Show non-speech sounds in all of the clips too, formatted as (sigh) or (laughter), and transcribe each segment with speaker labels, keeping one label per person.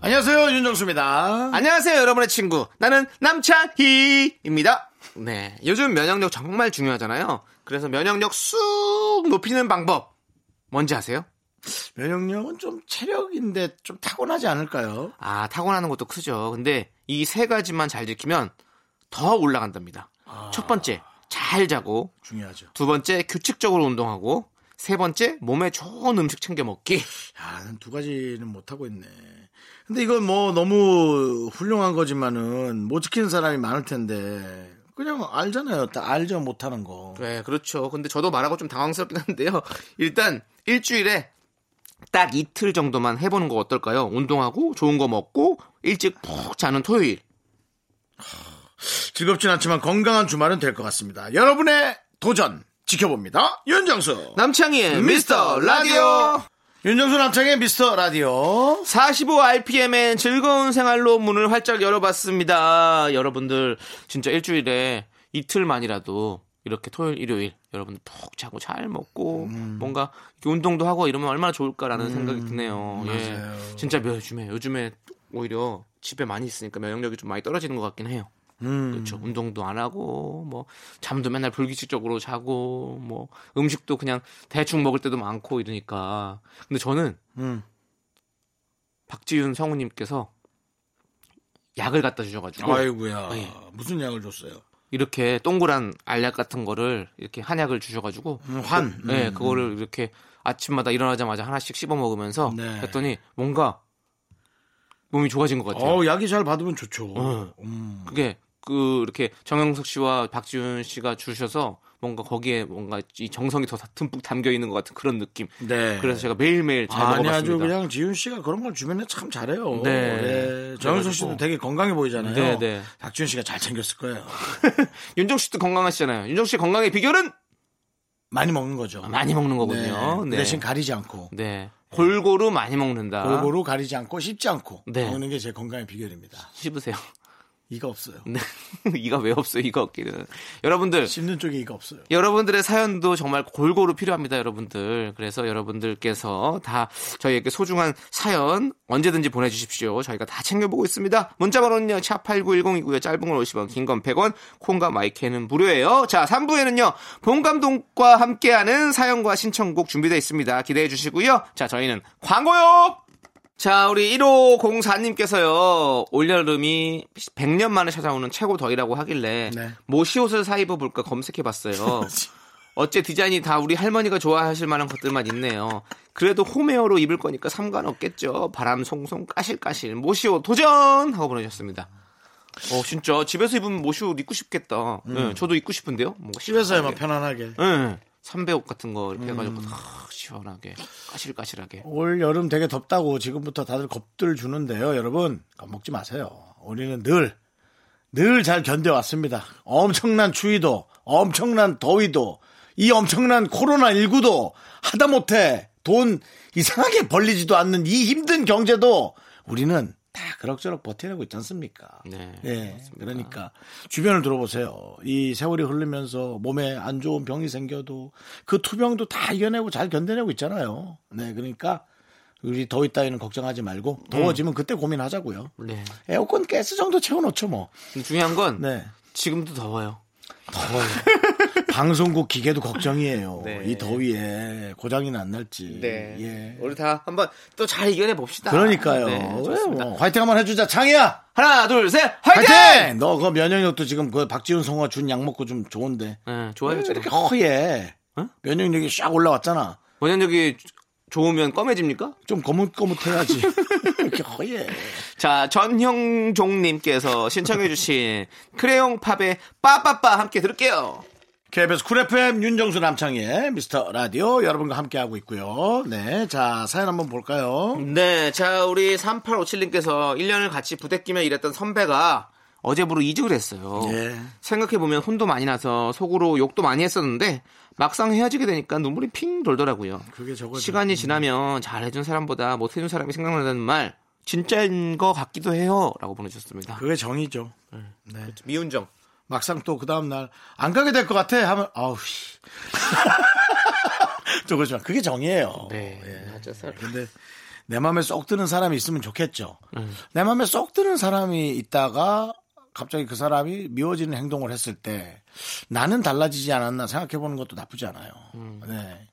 Speaker 1: 안녕하세요 윤정수입니다.
Speaker 2: 음. 안녕하세요, 여러분의 친구. 나는 남창희입니다. 네. 요즘 면역력 정말 중요하잖아요. 그래서 면역력 쑥 높이는 방법. 뭔지 아세요?
Speaker 1: 면역력은 좀 체력인데 좀 타고나지 않을까요?
Speaker 2: 아, 타고나는 것도 크죠. 근데 이 세 가지만 잘 지키면 더 올라간답니다. 첫 번째, 잘 자고.
Speaker 1: 중요하죠.
Speaker 2: 두 번째, 규칙적으로 운동하고. 세 번째, 몸에 좋은 음식 챙겨 먹기.
Speaker 1: 야, 난 두 가지는 못 하고 있네. 근데 이건 뭐 너무 훌륭한 거지만은 못 지키는 사람이 많을 텐데 그냥 알잖아요. 다 알죠 못하는 거.
Speaker 2: 네, 그렇죠. 근데 저도 말하고 좀 당황스럽긴 한데요. (laughs) 일단 일주일에 딱 이틀 정도만 해보는 거 어떨까요? 운동하고 좋은 거 먹고 일찍 푹 자는 토요일.
Speaker 1: 즐겁진 않지만 건강한 주말은 될 것 같습니다. 여러분의 도전 지켜봅니다. 윤정수
Speaker 2: 남창희의 네, 미스터 라디오
Speaker 1: 윤정수 남창의 미스터 라디오
Speaker 2: 45RPM의 즐거운 생활로 문을 활짝 열어봤습니다. 여러분들 진짜 일주일에 이틀만이라도 이렇게 토요일, 일요일 여러분들 푹 자고 잘 먹고 뭔가 이렇게 운동도 하고 이러면 얼마나 좋을까라는 생각이 드네요. 예. 진짜 요즘에 요즘에 오히려 집에 많이 있으니까 면역력이 좀 많이 떨어지는 것 같긴 해요.
Speaker 1: 음,
Speaker 2: 그렇죠. 운동도 안 하고 뭐 잠도 맨날 불규칙적으로 자고 뭐 음식도 그냥 대충 먹을 때도 많고 이러니까. 근데 저는
Speaker 1: 음.
Speaker 2: 박지윤 성우님께서 약을 갖다 주셔가지고
Speaker 1: 아이고야
Speaker 2: 예.
Speaker 1: 무슨 약을 줬어요?
Speaker 2: 이렇게 동그란 알약 같은 거를 이렇게 한약을 주셔가지고
Speaker 1: 음, 환.
Speaker 2: 그, 네, 그거를 이렇게 아침마다 일어나자마자 하나씩 씹어 먹으면서
Speaker 1: 네.
Speaker 2: 했더니 뭔가 몸이 좋아진 것 같아요.
Speaker 1: 어 약이 잘 받으면 좋죠.
Speaker 2: 어.
Speaker 1: 음.
Speaker 2: 그게 그 이렇게 정영석 씨와 박지훈 씨가 주셔서 뭔가 거기에 뭔가 이 정성이 더 듬뿍 담겨 있는 것 같은 그런 느낌.
Speaker 1: 네.
Speaker 2: 그래서 제가 매일매일 잘
Speaker 1: 아니
Speaker 2: 먹어봤습니다.
Speaker 1: 아주 그냥 지윤 씨가 그런 걸 주면 참 잘해요.
Speaker 2: 네.
Speaker 1: 네. 정윤석 씨도
Speaker 2: 그래가지고.
Speaker 1: 되게 건강해 보이잖아요.
Speaker 2: 네, 네.
Speaker 1: 박지윤 씨가 잘 챙겼을 거예요.
Speaker 2: 윤정 씨도 건강하시잖아요. 윤정 씨 건강의 비결은
Speaker 1: 많이 먹는 거죠.
Speaker 2: 아, 많이 먹는 거거든요.
Speaker 1: 네.
Speaker 2: 네.
Speaker 1: 대신 가리지 않고
Speaker 2: 네. 골고루 많이 먹는다.
Speaker 1: 골고루 가리지 않고 씹지 않고
Speaker 2: 네.
Speaker 1: 먹는 게 제 건강의 비결입니다.
Speaker 2: 씹으세요. (laughs)
Speaker 1: 이가 없어요.
Speaker 2: 네. 이가 왜 없어요? 이가 없기는. 여러분들
Speaker 1: 씹는 쪽에 이가 없어요.
Speaker 2: 여러분들의 사연도 정말 골고루 필요합니다, 여러분들. 그래서 여러분들께서 다 저희에게 소중한 사연 언제든지 보내주십시오. 저희가 다 챙겨보고 있습니다. 문자번호는요, 샵8910이고요, 짧은 건 50원, 긴 건 100원, 콩과 마이크는 무료예요. 자, 3부에는요, 봄감독과 함께하는 사연과 신청곡 준비되어 있습니다. 기대해 주시고요. 자, 저희는 광고요! 자, 우리 1504님께서요, 올여름이 100년 만에 찾아오는 최고 더위라고 하길래,
Speaker 1: 네.
Speaker 2: 뭐 시옷을 사 입어볼까 검색해
Speaker 1: (laughs)
Speaker 2: 봤어요. 어째 디자인이 다 우리 할머니가 좋아하실 만한 것들만 있네요. 그래도 홈웨어로 입을 거니까 상관없겠죠. 바람 송송 까실까실 모시옷 도전 하고 보내셨습니다. 어 진짜 집에서 입으면 모시옷 입고 싶겠다. 예, 저도 입고 싶은데요. 뭔가
Speaker 1: 음. 집에서야만
Speaker 2: 시원하게.
Speaker 1: 편안하게.
Speaker 2: 예, 삼배옷 같은 거 이렇게
Speaker 1: 음.
Speaker 2: 해가지고 아, 시원하게 까실까실하게.
Speaker 1: 올 여름 되게 덥다고 지금부터 다들 겁들 주는데요, 여러분. 겁먹지 마세요. 우리는 늘, 늘 잘 견뎌왔습니다. 엄청난 추위도, 엄청난 더위도, 이 엄청난 코로나19도, 하다못해 돈 이상하게 벌리지도 않는 이 힘든 경제도 우리는 다 그럭저럭 버텨내고 있지 않습니까?
Speaker 2: 네,
Speaker 1: 예, 그러니까 주변을 들어보세요. 이 세월이 흐르면서 몸에 안 좋은 병이 생겨도 그 투병도 다 이겨내고 잘 견뎌내고 있잖아요. 네, 그러니까 우리 더위 따위는 걱정하지 말고 더워지면 그때 고민하자고요.
Speaker 2: 네.
Speaker 1: 에어컨 가스 정도 채워놓죠 뭐.
Speaker 2: 근데 중요한 건 (laughs)
Speaker 1: 네,
Speaker 2: 지금도 더워요.
Speaker 1: 더워요. 방송국 기계도 걱정이에요.
Speaker 2: 네.
Speaker 1: 이 더위에 고장이 안 날지. 예.
Speaker 2: 우리 다 한번 또 잘 이겨내 봅시다.
Speaker 1: 그러니까요.
Speaker 2: 네, 좋습니다.
Speaker 1: 뭐, 화이팅 한번 해주자, 창이야.
Speaker 2: 하나, 둘, 셋, 화이팅!
Speaker 1: 화이팅! 너 그 면역력도 지금 그 박지훈 성우가 준 약 먹고 좀 좋은데.
Speaker 2: 예, 좋아요.
Speaker 1: 왜
Speaker 2: 지금.
Speaker 1: 이렇게 허예.
Speaker 2: 어?
Speaker 1: 면역력이 쫙 올라왔잖아.
Speaker 2: 원현역이 좋으면 껌해집니까?
Speaker 1: 좀 거뭇거뭇해야지. (laughs) 이렇게 허예.
Speaker 2: 자, (laughs) 전형종님께서 신청해주신 크레용팝의 빠빠빠 함께 들을게요.
Speaker 1: KBS 쿨 FM 윤정수 남창희의 미스터 라디오 여러분과 함께하고 있고요. 네, 자 사연 한번 볼까요?
Speaker 2: 네, 자, 우리 3857님께서 1년을 같이 부대끼며 일했던 선배가 어제부로 이직을 했어요.
Speaker 1: 예.
Speaker 2: 생각해보면 혼도 많이 나서 속으로 욕도 많이 했었는데 막상 헤어지게 되니까 눈물이 핑 돌더라고요.
Speaker 1: 그게 저거죠.
Speaker 2: 시간이 지나면 잘해준 사람보다 못해준 사람이 생각난다는 말 진짜인 것 같기도 해요. 라고 보내주셨습니다.
Speaker 1: 그게 정이죠.
Speaker 2: 미운정.
Speaker 1: 네. 막상 또 그 다음 날 안 가게 될 것 같아 하면 아우 씨. (laughs) 저 그렇지만 그게 정이에요.
Speaker 2: 네.
Speaker 1: 예.
Speaker 2: 맞아, 살-
Speaker 1: 근데 내 마음에 쏙 드는 사람이 있으면 좋겠죠. 내 마음에 쏙 드는 사람이 있다가 갑자기 그 사람이 미워지는 행동을 했을 때 나는 달라지지 않았나 생각해 보는 것도 나쁘지 않아요.
Speaker 2: 음.
Speaker 1: 네.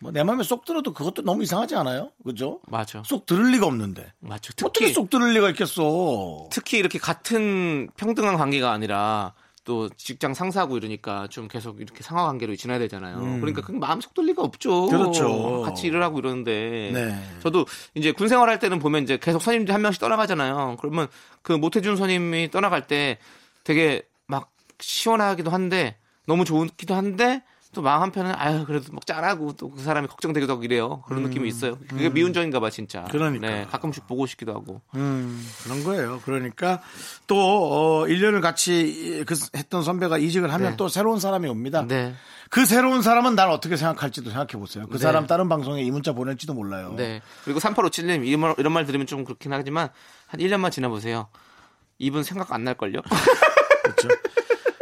Speaker 1: 뭐 내 마음에 쏙 들어도 그것도 너무 이상하지 않아요? 그죠?
Speaker 2: 맞아.
Speaker 1: 쏙 들을 리가 없는데.
Speaker 2: 맞죠.
Speaker 1: 어떻게
Speaker 2: 특히,
Speaker 1: 쏙 들을 리가 있겠어.
Speaker 2: 특히 이렇게 같은 평등한 관계가 아니라 또 직장 상사하고 이러니까 좀 계속 이렇게 상하 관계로 지나야 되잖아요. 그러니까 그 마음 속 돌리가 없죠.
Speaker 1: 그렇죠.
Speaker 2: 같이 일을 하고 이러는데.
Speaker 1: 네.
Speaker 2: 저도 이제 군 생활할 때는 보면 이제 계속 선임들 한 명씩 떠나가잖아요. 그러면 그 못해준 선임이 떠나갈 때 되게 막 시원하기도 한데 너무 좋기도 한데 또 마음 한편은 아유 그래도 막 짠하고 또 그 사람이 걱정되기도 하고 이래요. 그런 느낌이 있어요. 그게 미운정인가 봐 진짜.
Speaker 1: 음. 그러니까.
Speaker 2: 네, 가끔씩 보고 싶기도 하고.
Speaker 1: 음, 그런 거예요. 그러니까 또 어, 1년을 같이 이- 그 했던 선배가 이직을 하면
Speaker 2: 네.
Speaker 1: 또 새로운 사람이 옵니다.
Speaker 2: 네.
Speaker 1: 그 새로운 사람은 날 어떻게 생각할지도 생각해 보세요. 그 사람 다른 방송에 이 문자 보낼지도 몰라요.
Speaker 2: 네. 그리고 3857님 이런 말, 이런 말 들으면 좀 그렇긴 하지만 한 1년만 지나보세요. 이분 생각 안 날걸요?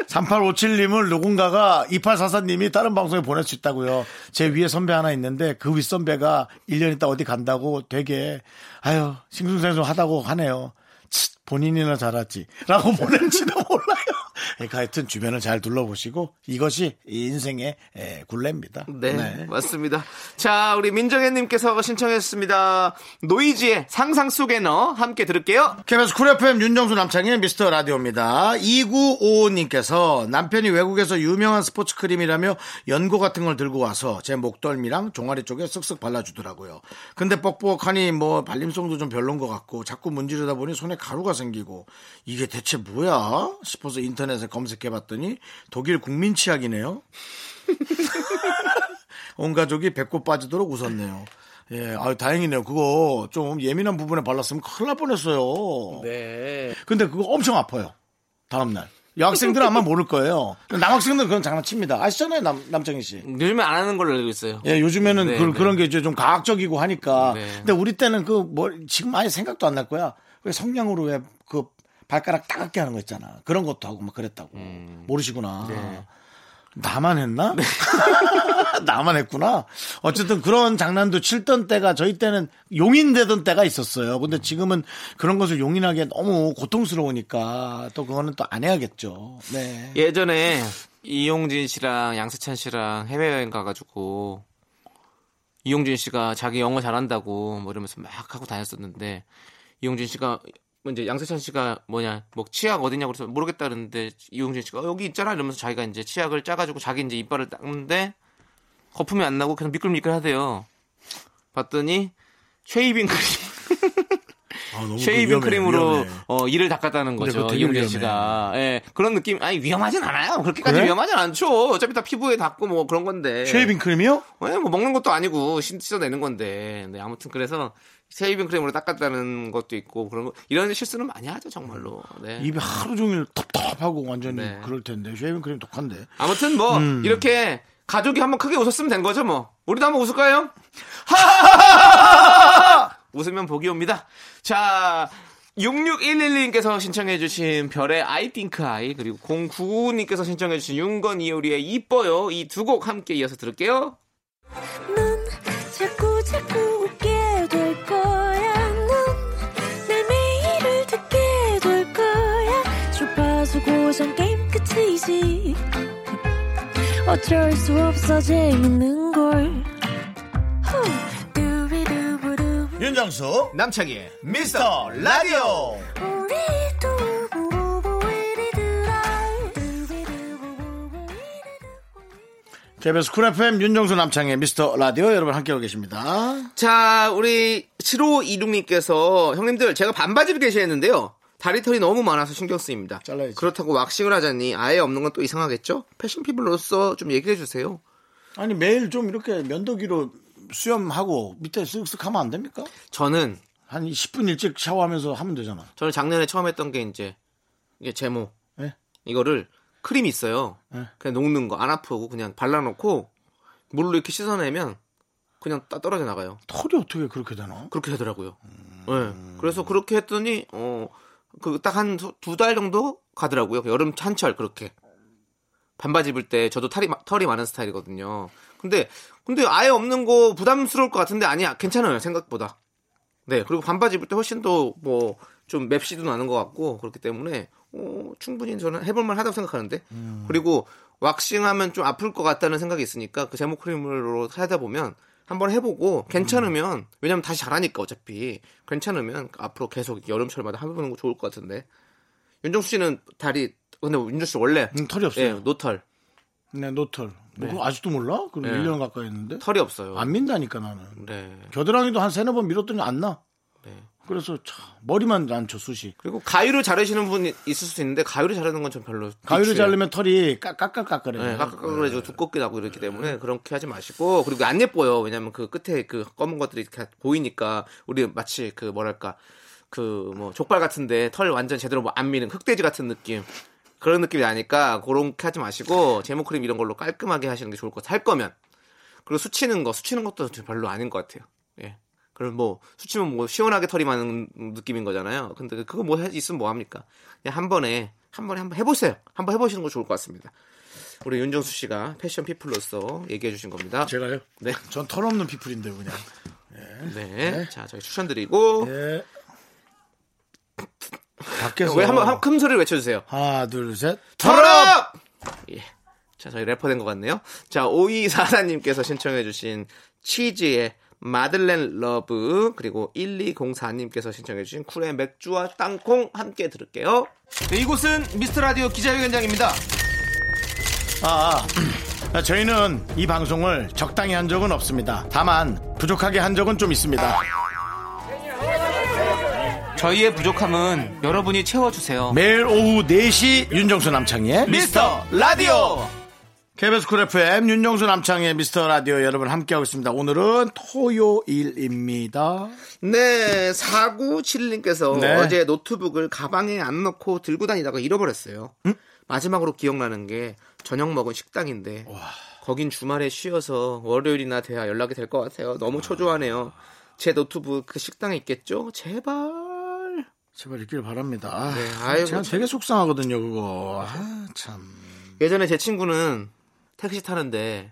Speaker 1: 3857님을 누군가가 2844님이 다른 방송에 보낼 수 있다고요. 제 위에 선배 하나 있는데 그 윗선배가 1년 있다 어디 간다고 되게 아유 싱숭생숭 하다고 하네요. 치, 본인이나 잘하지 라고 (laughs) 보낸지도 몰라요. 그러니까 하여튼 주변을 잘 둘러보시고 이것이 이 인생의 에, 굴레입니다.
Speaker 2: 네, 맞습니다. 자, 우리 민정혜님께서 신청했습니다. 노이즈의 상상 속에 넣어 함께 들을게요.
Speaker 1: KBS 쿨 FM 윤정수 남창의 미스터 라디오입니다. 2955님께서 남편이 외국에서 유명한 스포츠 크림이라며 연고 같은 걸 들고 와서 제 목덜미랑 종아리 쪽에 쓱쓱 발라주더라고요. 근데 뻑뻑하니 뭐 발림성도 좀 별론 것 같고 자꾸 문지르다 보니 손에 가루가 생기고 이게 대체 뭐야? 싶어서 인터넷에 검색해봤더니 독일 국민 치약이네요. 온 가족이 배꼽 빠지도록 웃었네요. 예, 아유, 다행이네요. 그거 좀 예민한 부분에 발랐으면 큰일 날 뻔했어요.
Speaker 2: 네.
Speaker 1: 근데 그거 엄청 아파요. 다음날. 여학생들은 아마 모를 거예요. 남학생들은 그런 장난칩니다. 아시잖아요, 남, 남정희 씨.
Speaker 2: 요즘에 안 하는 걸로 알고 있어요.
Speaker 1: 예, 요즘에는
Speaker 2: 네,
Speaker 1: 그,
Speaker 2: 네.
Speaker 1: 런게 이제 좀 과학적이고 하니까.
Speaker 2: 네.
Speaker 1: 근데 우리 때는 그, 뭐, 지금 아예 생각도 안 날 거야. 왜 성냥으로 왜 그 발가락 따갑게 하는 거 있잖아. 그런 것도 하고 막 그랬다고.
Speaker 2: 음.
Speaker 1: 모르시구나.
Speaker 2: 네.
Speaker 1: 나만 했나? (laughs) 나만 했구나. 어쨌든 그런 장난도 칠던 때가 저희 때는 용인되던 때가 있었어요. 근데 지금은 그런 것을 용인하기에 너무 고통스러우니까 또 그거는 또 안 해야겠죠. 네.
Speaker 2: 예전에 이용진 씨랑 양세찬 씨랑 해외여행 가가지고 이용진 씨가 자기 영어 잘한다고 뭐 이러면서 막 하고 다녔었는데 이용진 씨가 뭐 이제 양세찬 씨가 뭐냐 뭐 치약 어디냐고 그래서 모르겠다 그랬는데 이용진 씨가 어, 여기 있잖아 이러면서 자기가 이제 치약을 짜가지고 자기 이제 이빨을 닦는데 거품이 안 나고 그냥 미끌미끌하대요. 봤더니 쉐이빙 크림
Speaker 1: 아, 너무
Speaker 2: 쉐이빙
Speaker 1: 위험해,
Speaker 2: 크림으로
Speaker 1: 위험해.
Speaker 2: 어, 이를 닦았다는
Speaker 1: 근데
Speaker 2: 거죠.
Speaker 1: 그거 되게
Speaker 2: 이용재
Speaker 1: 위험해.
Speaker 2: 씨가. 예. 그런 느낌, 아니, 위험하진 않아요. 그렇게까지
Speaker 1: 그래?
Speaker 2: 위험하진 않죠. 어차피 다 피부에 닿고 뭐 그런 건데.
Speaker 1: 쉐이빙 크림이요?
Speaker 2: 예, 뭐 먹는 것도 아니고 씻- 씻어내는 건데. 네, 아무튼 그래서 쉐이빙 크림으로 닦았다는 것도 있고 그런 거. 이런 실수는 많이 하죠, 정말로. 네.
Speaker 1: 입이 하루 종일 텁텁하고 완전히
Speaker 2: 네.
Speaker 1: 그럴 텐데 쉐이빙 크림 독한데.
Speaker 2: 아무튼 뭐,
Speaker 1: 음.
Speaker 2: 이렇게 가족이 한번 크게 웃었으면 된 거죠, 뭐. 우리도
Speaker 1: (laughs)
Speaker 2: 한번 웃을까요? 웃으면 복이 옵니다. 자, 6611님께서 신청해주신 별의 I think I, 그리고 0999님께서 신청해주신 윤건 이효리의 이뻐요. 이 두 곡 함께 이어서 들을게요.
Speaker 3: 넌 자꾸 자꾸 웃게 될 거야. 넌내 매일을 듣게 될 거야. 주파수 고정 게임 끝이지. 어쩔 수 없어 재밌는 걸. 후. 두비두부두.
Speaker 1: 윤정수 남창희 미스터 라디오.
Speaker 3: 우리 두부부부 우리들아. 두비두부부부 우리들아.
Speaker 1: KBS 쿨 FM 윤정수 남창희 미스터 라디오 여러분 함께하고 계십니다.
Speaker 2: 자, 우리 7526님께서 형님들 제가 반바지를 게시했는데요. 다리털이 너무 많아서 신경 쓰입니다.
Speaker 1: 잘라야지.
Speaker 2: 그렇다고 왁싱을 하자니 아예 없는 건 또 이상하겠죠? 패션 피부로서 좀 얘기해 주세요.
Speaker 1: 아니 매일 좀 이렇게 면도기로 수염하고 밑에 쓱쓱 하면 안 됩니까?
Speaker 2: 저는
Speaker 1: 한 10분 일찍 샤워하면서 하면 되잖아.
Speaker 2: 저는 작년에 처음 했던 게 이제 이게 제모
Speaker 1: 예?
Speaker 2: 이거를 크림이 있어요.
Speaker 1: 예.
Speaker 2: 그냥 녹는 거 안 아프고 그냥 발라놓고 물로 이렇게 씻어내면 그냥 따 떨어져 나가요.
Speaker 1: 털이 어떻게 그렇게 되나?
Speaker 2: 그렇게 되더라고요.
Speaker 1: 음.
Speaker 2: 예. 그래서 그렇게 했더니 어그 딱 한 두 달 정도 가더라고요. 여름 한철 그렇게 반바지 입을 때 저도 털이 마- 털이 많은 스타일이거든요. 근데 근데 아예 없는 거 부담스러울 것 같은데 아니야 괜찮아요 생각보다. 네 그리고 반바지 입을 때 훨씬 더 뭐 좀 맵시도 나는 것 같고 그렇기 때문에 어, 충분히 저는 해볼만 하다고 생각하는데 그리고 왁싱하면 좀 아플 것 같다는 생각이 있으니까 그 제모 크림으로 하다 보면 한번 해보고 괜찮으면 왜냐면 다시 잘하니까 어차피 괜찮으면 앞으로 계속 여름철마다 해보는 거 좋을 것 같은데 윤정수 씨는 다리 근데 윤정수 씨 원래
Speaker 1: 음, 털이
Speaker 2: 예,
Speaker 1: 없어요.
Speaker 2: 노털.
Speaker 1: 네, 노털. 뭐 그거 아직도 몰라? 그럼
Speaker 2: 네.
Speaker 1: 1년 가까이 했는데?
Speaker 2: 털이 없어요.
Speaker 1: 안 민다니까 나는.
Speaker 2: 네.
Speaker 1: 겨드랑이도 한 세네 번 밀었더니 안 나.
Speaker 2: 네.
Speaker 1: 그래서 참 머리만 난쳐 숱이.
Speaker 2: 그리고 가위로 자르시는 분이 있을 수도 있는데 가위로 자르는 건 전 별로
Speaker 1: 가위를
Speaker 2: 비추해요.
Speaker 1: 자르면 털이 깍깍깍깍거려.
Speaker 2: 네, 깎아가지고 두껍게 나고 이렇기 때문에 그렇게 하지 마시고 그리고 안 예뻐요. 왜냐면 그 끝에 그 검은 것들이 이렇게 보이니까 우리 마치 그 뭐랄까 그 뭐 족발 같은데 털 완전 제대로 뭐안 미는 흑돼지 같은 느낌 그런 느낌이 나니까 그렇게 하지 마시고 제모 크림 이런 걸로 깔끔하게 하시는 게 좋을 것 같아요. 할 거면 그리고 수치는 거 수치는 것도 좀 별로 아닌 것 같아요. 예. 그럼 뭐 수치면 뭐 시원하게 털이 많은 느낌인 거잖아요. 근데 그거 뭐 해- 있으면 뭐 합니까? 그냥 한 번에 한 번에 한번 해보세요. 한번 해보시는 거 좋을 것 같습니다. 우리 윤정수 씨가 패션 피플로서 얘기해 주신 겁니다.
Speaker 1: 제가요?
Speaker 2: 네.
Speaker 1: 전 털 없는 피플인데 그냥.
Speaker 2: 네. 자, 저희 추천드리고
Speaker 1: 예. 밖에서
Speaker 2: 왜 한번 큰 소리를 외쳐 주세요.
Speaker 1: 하나 둘 셋.
Speaker 2: 털업! 예. 자, 저희 래퍼 된 것 같네요. 자, 5244님께서 신청해주신 치즈의 마들렌 러브, 그리고 1204님께서 신청해주신 쿨의 맥주와 땅콩 함께 들을게요. 네, 이곳은 미스터 라디오 기자회견장입니다.
Speaker 1: 아, 아. 저희는 이 방송을 적당히 한 적은 없습니다. 다만 부족하게 한 적은 좀 있습니다.
Speaker 2: 저희의 부족함은 여러분이 채워주세요.
Speaker 1: 매일 오후 4시 윤정수 남창희의
Speaker 2: 미스터 라디오!
Speaker 1: KBS 쿨 FM 윤정수 남창희의 미스터 라디오 여러분 함께하고 있습니다. 오늘은 토요일입니다.
Speaker 2: 네, 4971님께서
Speaker 1: 네.
Speaker 2: 어제 노트북을 가방에 안 넣고 들고 다니다가 잃어버렸어요. 마지막으로 기억나는 게 저녁 먹은 식당인데 거긴 주말에 쉬어서 월요일이나 돼야 연락이 될 것 같아요. 너무 초조하네요. 제 노트북 그 식당에 있겠죠? 제발.
Speaker 1: 제발 읽길 바랍니다. 아,
Speaker 2: 네, 아이고,
Speaker 1: 제가
Speaker 2: 참.
Speaker 1: 되게 속상하거든요, 그거. 아, 참.
Speaker 2: 예전에 제 친구는 택시 타는데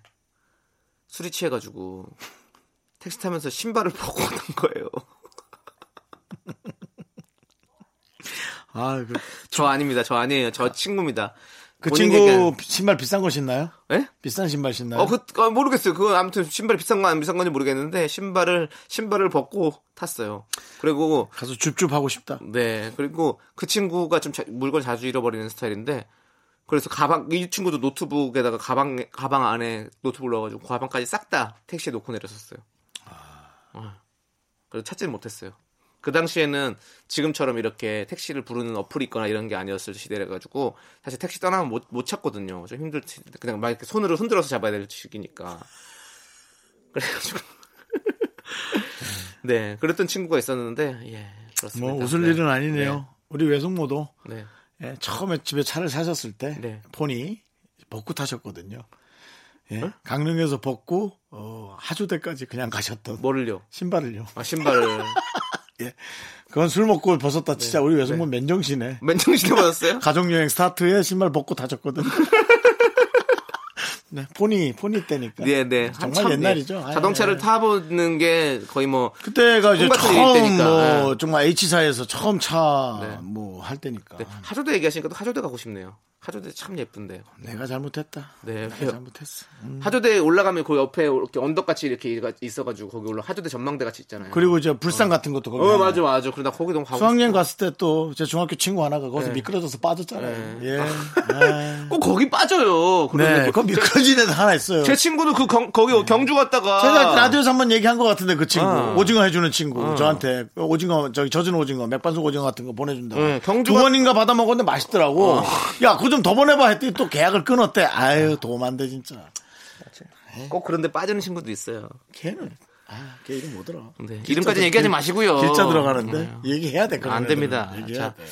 Speaker 2: 술이 취해가지고 택시 타면서 신발을 벗고 오는 거예요.
Speaker 1: 아, 그,
Speaker 2: 저 아닙니다. 저 아니에요. 저 친구입니다.
Speaker 1: 그
Speaker 2: 본인에게-
Speaker 1: 친구 신발 비싼 거 신나요?
Speaker 2: 예?
Speaker 1: 비싼 신발 신나요?
Speaker 2: 어, 그, 어, 모르겠어요. 그건 아무튼 신발이 비싼 건 안 비싼 건지 모르겠는데, 신발을, 신발을 벗고 탔어요. 그리고,
Speaker 1: 가서 줍줍하고 싶다. 뭐
Speaker 2: 네, 그리고 그 친구가 좀 자- 물건 자주 잃어버리는 스타일인데, 그래서 가방, 이 친구도 노트북에다가 가방, 가방 안에 노트북을 넣어가지고 가방까지 싹 다 택시에 놓고 내렸었어요. 어. 그래서 찾지는 못했어요. 그 당시에는 지금처럼 이렇게 택시를 부르는 어플이 있거나 이런 게 아니었을 시대라가지고 사실 택시 떠나면 못, 못 찾거든요. 좀 힘들 텐데 그냥 막 이렇게 손으로 흔들어서 잡아야 될 시기니까. (laughs) 그래가지고 네 그랬던 친구가 있었는데 예 그렇습니다.
Speaker 1: 뭐 웃을
Speaker 2: 네.
Speaker 1: 일은 아니네요. 우리 외숙모도
Speaker 2: 네.
Speaker 1: 예, 처음에 집에 차를 사셨을 때
Speaker 2: 네.
Speaker 1: 폰이 벗고 타셨거든요. 예, 강릉에서 벗고 어, 하조대까지 그냥 가셨던
Speaker 2: 뭐를요?
Speaker 1: 신발을요.
Speaker 2: 아 신발을 (laughs)
Speaker 1: 그건 술 먹고 벗었다 진짜 우리 외숙모 맨정신에
Speaker 2: 맨정신에 받았어요?
Speaker 1: 가족여행 스타트에 신발 벗고 타셨거든. (laughs) 네, 폰이 폰이 때니까.
Speaker 2: 네, 네.
Speaker 1: 정말
Speaker 2: 한참, 예.
Speaker 1: 옛날이죠. 아이,
Speaker 2: 자동차를
Speaker 1: 네.
Speaker 2: 타보는 게 거의 뭐
Speaker 1: 그때가 이제
Speaker 2: 꿈 같은
Speaker 1: 처음
Speaker 2: 일이니까.
Speaker 1: 뭐
Speaker 2: 네.
Speaker 1: 정말 H사에서 처음 차
Speaker 2: 네.
Speaker 1: 뭐 할 때니까.
Speaker 2: 네, 하조대 얘기하시니까 또 하조대 가고 싶네요. 하조대 참 예쁜데.
Speaker 1: 내가 잘못했다.
Speaker 2: 네.
Speaker 1: 내가 잘못했어. 음.
Speaker 2: 하조대에 올라가면 그 옆에 이렇게 언덕같이 이렇게 있어가지고 거기 올라 하조대 전망대 같이 있잖아요.
Speaker 1: 그리고 이제 불상 같은 것도 거기.
Speaker 2: 어
Speaker 1: 하나.
Speaker 2: 맞아 맞아. 그러다 거기 너무 가고
Speaker 1: 네. 수학여행
Speaker 2: 싶어.
Speaker 1: 갔을 때 또 제 중학교 친구 하나가 거기서
Speaker 2: 네.
Speaker 1: 미끄러져서 빠졌잖아요.
Speaker 2: 네. (laughs)
Speaker 1: 예. 아.
Speaker 2: 꼭 거기 빠져요.
Speaker 1: 네.
Speaker 2: 그러면 뭐
Speaker 1: 그 미끄러진 애도 하나 있어요.
Speaker 2: 제 친구도 그 경- 거기 경주 갔다가
Speaker 1: 제가 라디오에서 한번 얘기한 것 같은데 그 친구
Speaker 2: 어.
Speaker 1: 오징어 해주는 친구 저한테 오징어 저기 젖은 오징어 맥반석 오징어 같은 거 보내준다고
Speaker 2: 네, 경주가- 아.
Speaker 1: 두 번인가 받아 먹었는데 맛있더라고 야 그거 좀 더 보내봐 했더니 또 계약을 끊었대 아유 도움 안 돼 진짜
Speaker 2: 꼭 그런데 빠지는 친구도 있어요.
Speaker 1: 걔는 아걔 이름 뭐더라
Speaker 2: 네,
Speaker 1: 길자
Speaker 2: 이름까지
Speaker 1: 들-
Speaker 2: 얘기하지
Speaker 1: 길-
Speaker 2: 마시고요.
Speaker 1: 길자 들어가는데
Speaker 2: 네.
Speaker 1: 얘기해야 돼 그런
Speaker 2: 안
Speaker 1: 애들은.
Speaker 2: 됩니다.
Speaker 1: 얘기해야
Speaker 2: 자,
Speaker 1: 돼.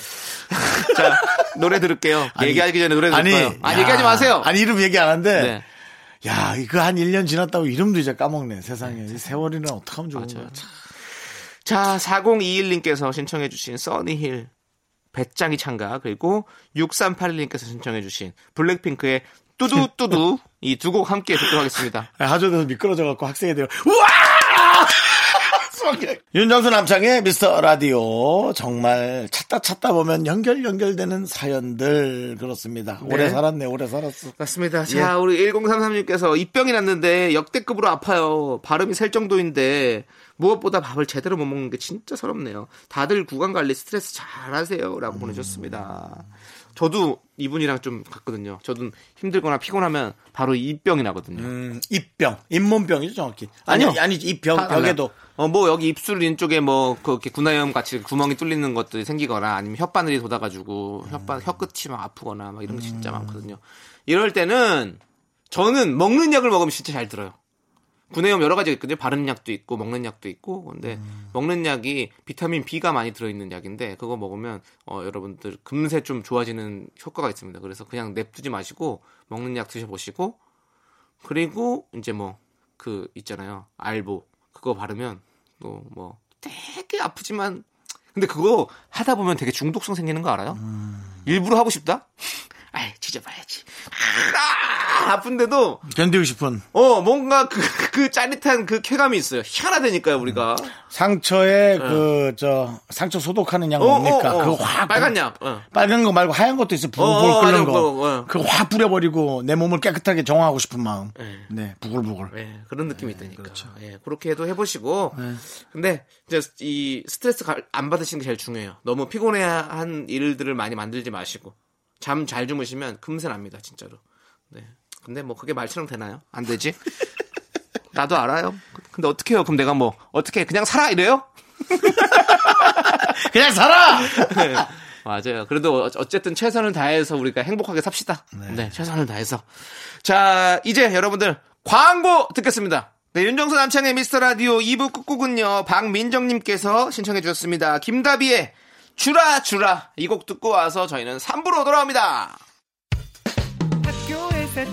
Speaker 2: 자 노래 들을게요.
Speaker 1: 아니,
Speaker 2: 얘기하기 전에 노래 들을게요. 아니,
Speaker 1: 야,
Speaker 2: 얘기하지 마세요.
Speaker 1: 아니 이름 얘기 안 하는데
Speaker 2: 네.
Speaker 1: 야 이거 한 1년 지났다고 이름도 이제 까먹네 세상에 이 세월이나 어떡하면 좋은 거야
Speaker 2: 맞아요. 자, 4021님께서 신청해주신 써니힐, 배짱이 창가, 그리고 6381님께서 신청해주신 블랙핑크의
Speaker 1: (laughs)
Speaker 2: 뚜두뚜두 이 두 곡 함께 듣도록 하겠습니다.
Speaker 1: 아, 하조대에서 미끄러져갖고 학생애들 우와! (laughs) 수학여행. 윤정수 남창의 미스터 라디오 정말 찾다 찾다 보면 연결 연결되는 사연들 그렇습니다. 오래 살았네 오래 살았어.
Speaker 2: 맞습니다. 자, 우리 1033님께서 예. 입병이 났는데 역대급으로 아파요. 발음이 셀 정도인데 무엇보다 밥을 제대로 못 먹는 게 진짜 서럽네요. 다들 구강 관리 스트레스 잘 하세요. 라고 보내주셨습니다. 저도 이분이랑 좀 같거든요. 저도 힘들거나 피곤하면 바로 입병이 나거든요.
Speaker 1: 음, 입병 입몸병이죠 정확히. 아니
Speaker 2: 아니요.
Speaker 1: 아니 입병
Speaker 2: 다 달라요.
Speaker 1: 벽에도
Speaker 2: 어, 뭐 여기 입술 인 쪽에 뭐 그렇게 구나염 같이 구멍이 뚫리는 것들이 생기거나 아니면 혓바늘이 돋아가지고
Speaker 1: 음.
Speaker 2: 혓바 혀끝이 막 아프거나 막 이런 게 진짜 많거든요. 이럴 때는 저는 먹는 약을 먹으면 진짜 잘 들어요. 구내염 여러 가지가 있거든요. 바른 약도 있고 먹는 약도 있고. 근데
Speaker 1: 음.
Speaker 2: 먹는 약이 비타민 B가 많이 들어있는 약인데 그거 먹으면 어, 여러분들 금세 좀 좋아지는 효과가 있습니다. 그래서 그냥 냅두지 마시고 먹는 약 드셔보시고 그리고 이제 뭐 그 있잖아요 알보 그거 바르면 또 뭐 되게 아프지만 근데 그거 하다 보면 되게 중독성 생기는 거 알아요?
Speaker 1: 음.
Speaker 2: 일부러 하고 싶다? (laughs) 아이 지져봐야지 아, 아픈데도
Speaker 1: 견디고 싶은
Speaker 2: 어 뭔가 그, 그 짜릿한 그 쾌감이 있어요 희한하다니까요 우리가
Speaker 1: 음. 상처에 그 저 상처 소독하는 약 뭡니까?
Speaker 2: 네. 어, 어, 어.
Speaker 1: 그거 확
Speaker 2: 빨간 약 어.
Speaker 1: 빨간 거 말고 하얀 것도 있어 부글부글
Speaker 2: 어, 어,
Speaker 1: 끓는
Speaker 2: 맞아요. 그거,
Speaker 1: 거.
Speaker 2: 어.
Speaker 1: 그거 확 뿌려버리고 내 몸을 깨끗하게 정화하고 싶은 마음.
Speaker 2: 네.
Speaker 1: 네 부글부글.
Speaker 2: 예, 그런 느낌이 있다니까. 예, 그렇게 해도 해보시고. 근데 이제 이 스트레스 가- 안 받으시는 게 제일 중요해요. 너무 피곤해한 일들을 많이 만들지 마시고 잠 잘 주무시면 금세 납니다, 진짜로. 네. 근데 뭐 그게 말처럼 되나요? 안 되지. (laughs) 나도 알아요. 근데 어떻게 해요? 그럼 내가 뭐 어떻게 해? 그냥 살아 이래요? (laughs)
Speaker 1: 그냥 살아.
Speaker 2: 네. (laughs) 맞아요. 그래도 어- 어쨌든 최선을 다해서 우리가 행복하게 삽시다. 네. 최선을 다해서. 자, 이제 여러분들 광고 듣겠습니다. 네, 윤정수 남창의 미스터 라디오 2부 끝곡은요, 박민정님께서 신청해 주셨습니다. 김다비의 주라, 주라. 이 곡 듣고 와서 저희는 3부로 돌아옵니다.
Speaker 4: 학교에서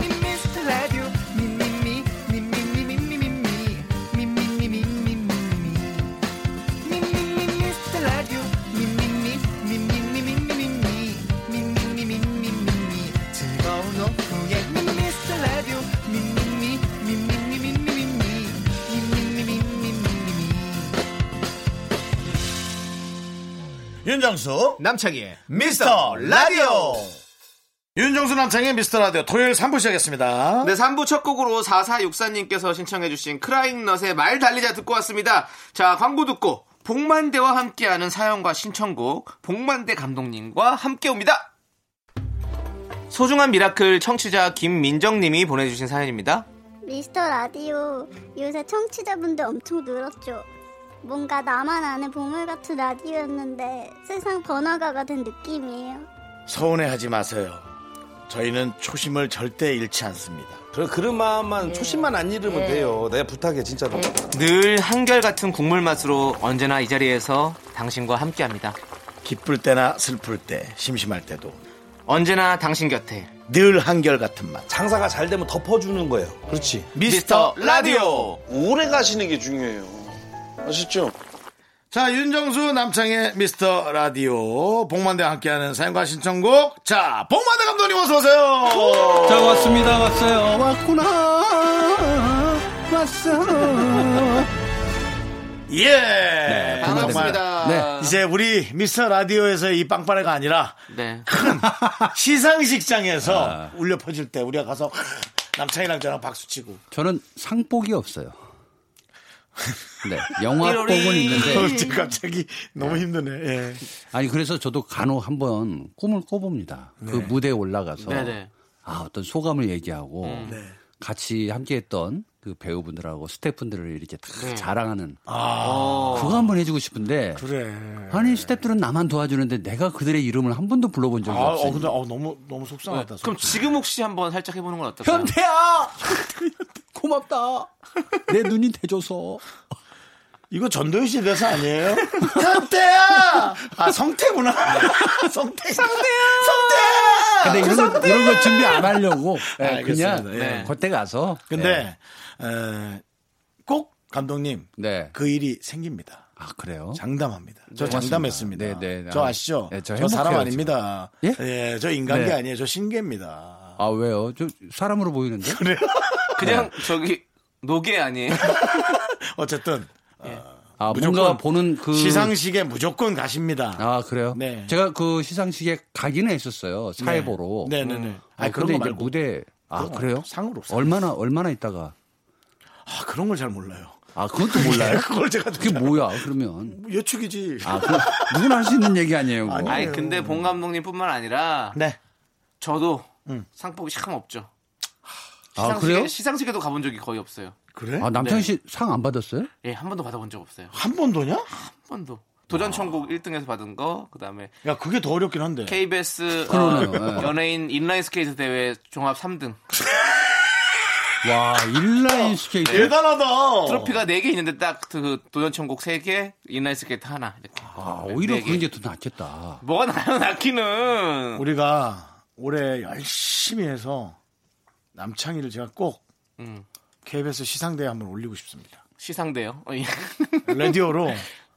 Speaker 4: 미스터 라디오 미미미 미미미 미미미 미미미 미미미
Speaker 1: 윤정수
Speaker 2: 남창희의
Speaker 1: 미스터 라디오 윤정수 남창의 미스터 라디오 토요일 3부 시작했습니다
Speaker 2: 네, 3부 첫 곡으로 4464님께서 신청해주신 크라잉넛의 말 달리자 듣고 왔습니다. 자, 광고 듣고 복만대와 함께하는 사연과 신청곡, 복만대 감독님과 함께 옵니다. 소중한 미라클 청취자 김민정님이 보내주신 사연입니다.
Speaker 5: 미스터 라디오 요새 청취자분들 엄청 늘었죠. 뭔가 나만 아는 보물 같은 라디오였는데 세상 번화가가 된 느낌이에요.
Speaker 1: 서운해하지 마세요 저희는 초심을 절대 잃지 않습니다
Speaker 6: 그런, 그런 마음만 초심만 안 잃으면 돼요. 내가 부탁해 진짜로.
Speaker 2: 늘 한결같은 국물 맛으로 언제나 이 자리에서 당신과 함께합니다.
Speaker 1: 기쁠 때나 슬플 때 심심할 때도
Speaker 2: 언제나 당신 곁에
Speaker 1: 늘 한결같은 맛
Speaker 6: 장사가 잘 되면 덮어주는 거예요. 그렇지.
Speaker 2: 미스터 라디오!
Speaker 7: 오래 가시는 게 중요해요. 아셨죠?
Speaker 1: 자, 윤정수 남창의 미스터 라디오 복만대와 함께하는 사연과 신청곡. 자, 복만대 감독님 어서 오세요.
Speaker 7: 자 왔습니다 왔어요
Speaker 1: 왔구나. 왔어. 예. 아,
Speaker 2: 반갑습니다.
Speaker 7: 네.
Speaker 1: 이제 우리 미스터 라디오에서 이 빵빠레가 아니라
Speaker 2: 네.
Speaker 1: (laughs) 시상식장에서 울려 퍼질 때 우리가 가서 남창이랑 저랑 박수 치고
Speaker 7: 저는
Speaker 2: (laughs)
Speaker 7: 상복이 없어요 네 영화복은
Speaker 2: 삐로리.
Speaker 7: 있는데
Speaker 1: (laughs) 갑자기, 갑자기 너무 힘드네. 예.
Speaker 7: 아니 그래서 저도 간혹 한번 꿈을 꿔봅니다 그
Speaker 1: 네.
Speaker 7: 무대에 올라가서
Speaker 2: 네네. 음.
Speaker 7: 아 어떤 소감을 얘기하고
Speaker 1: 네.
Speaker 7: 같이 함께했던 그 배우분들하고 스태프분들을 이렇게 다
Speaker 2: 네.
Speaker 7: 자랑하는
Speaker 2: 어.
Speaker 7: 그거 한번 해주고 싶은데
Speaker 1: 아. 그래.
Speaker 7: 아니 스태프들은 나만 도와주는데 내가 그들의 이름을 한 번도 불러본 적이
Speaker 1: 아,
Speaker 7: 없어요.
Speaker 1: 어, 근데 어, 너무 너무 속상하다.
Speaker 2: 그럼 지금 혹시 한번 살짝 해보는 건 어떨까요?
Speaker 7: 현태야 (laughs) 고맙다 내 눈이 돼줘서
Speaker 1: 이거 전도현 씨 대사 아니에요? (laughs) 현태야! 아, (laughs) 성태구나. 성태. 성태야! 성태야!
Speaker 7: 근데 이런 거, 이런 거 준비 안 하려고 예,
Speaker 1: 아, 알겠습니다.
Speaker 7: 그냥
Speaker 1: 예.
Speaker 7: 겉에 가서 예.
Speaker 1: 근데, 에, 꼭 감독님,
Speaker 7: 네.
Speaker 1: 그 일이 생깁니다.
Speaker 7: 아 그래요?
Speaker 1: 장담합니다. 저
Speaker 7: 고맙습니다.
Speaker 1: 장담했습니다.
Speaker 7: 네, 네, 네.
Speaker 1: 저 아시죠?
Speaker 7: 네,
Speaker 1: 저,
Speaker 7: 저 행복해요,
Speaker 1: 사람
Speaker 7: 지금.
Speaker 1: 아닙니다.
Speaker 7: 예?
Speaker 1: 저 인간계
Speaker 7: 네.
Speaker 1: 아니에요. 저 신계입니다.
Speaker 7: 아 왜요? 저 사람으로 보이는데?
Speaker 2: 그냥 저기 노게 아니에요?
Speaker 1: 어쨌든
Speaker 7: 아
Speaker 1: 무조건
Speaker 7: 뭔가 보는 그
Speaker 1: 시상식에 무조건 가십니다.
Speaker 7: 아 그래요?
Speaker 1: 네.
Speaker 7: 제가 그 시상식에 가기는 했었어요 사회보로.
Speaker 1: 네네네.
Speaker 7: 아
Speaker 1: 아, 그런
Speaker 7: 그런데
Speaker 1: 거
Speaker 7: 이제
Speaker 1: 말고.
Speaker 7: 무대 아
Speaker 1: 그런 거
Speaker 7: 그래요?
Speaker 1: 말고 상으로 없어요.
Speaker 7: 얼마나 얼마나 있다가
Speaker 1: 아, 그런 걸 잘 몰라요. (laughs)
Speaker 7: 아 그것도 몰라요?
Speaker 1: 그걸 제가
Speaker 7: 그게 뭐야 그러면?
Speaker 1: 예측이지.
Speaker 7: 아 그, 누구나 할 수 있는 얘기 아니에요? 그거.
Speaker 1: 아니에요.
Speaker 2: (laughs) 아니 음. 근데 봉 감독님뿐만 아니라
Speaker 1: 네.
Speaker 2: 저도 상복이 참 없죠.
Speaker 7: 아,
Speaker 2: 시상식에-
Speaker 7: 그래요?
Speaker 2: 시상식에도 가본 적이 거의 없어요.
Speaker 1: 그래?
Speaker 7: 아 남창희 씨 상 안 받았어요?
Speaker 2: 예, 한 번도 받아본 적 없어요.
Speaker 1: 한 번도냐?
Speaker 2: 한 번도. 도전 천국 1등에서 받은 거, 그 다음에
Speaker 1: 야, 그게 더 어렵긴 한데.
Speaker 2: KBS 어,
Speaker 7: 그러네요, 예.
Speaker 2: 연예인 인라인 스케이트 대회 종합 3등.
Speaker 7: 와 인라인 스케이트.
Speaker 1: 대단하다.
Speaker 7: 어.
Speaker 2: 트로피가 4개 있는데 딱 그 도전 천국 3개, 인라인 스케이트 하나 이렇게.
Speaker 7: 아 오히려
Speaker 2: 네 개.
Speaker 7: 그런 게 더 낫겠다.
Speaker 2: 뭐가 나요, 나키는.
Speaker 1: 우리가 올해 열심히 해서 남창희를 제가 꼭
Speaker 2: 음.
Speaker 1: KBS 시상대에 한번 올리고 싶습니다.
Speaker 2: 시상대요. (laughs) 어, 예.
Speaker 1: 라디오로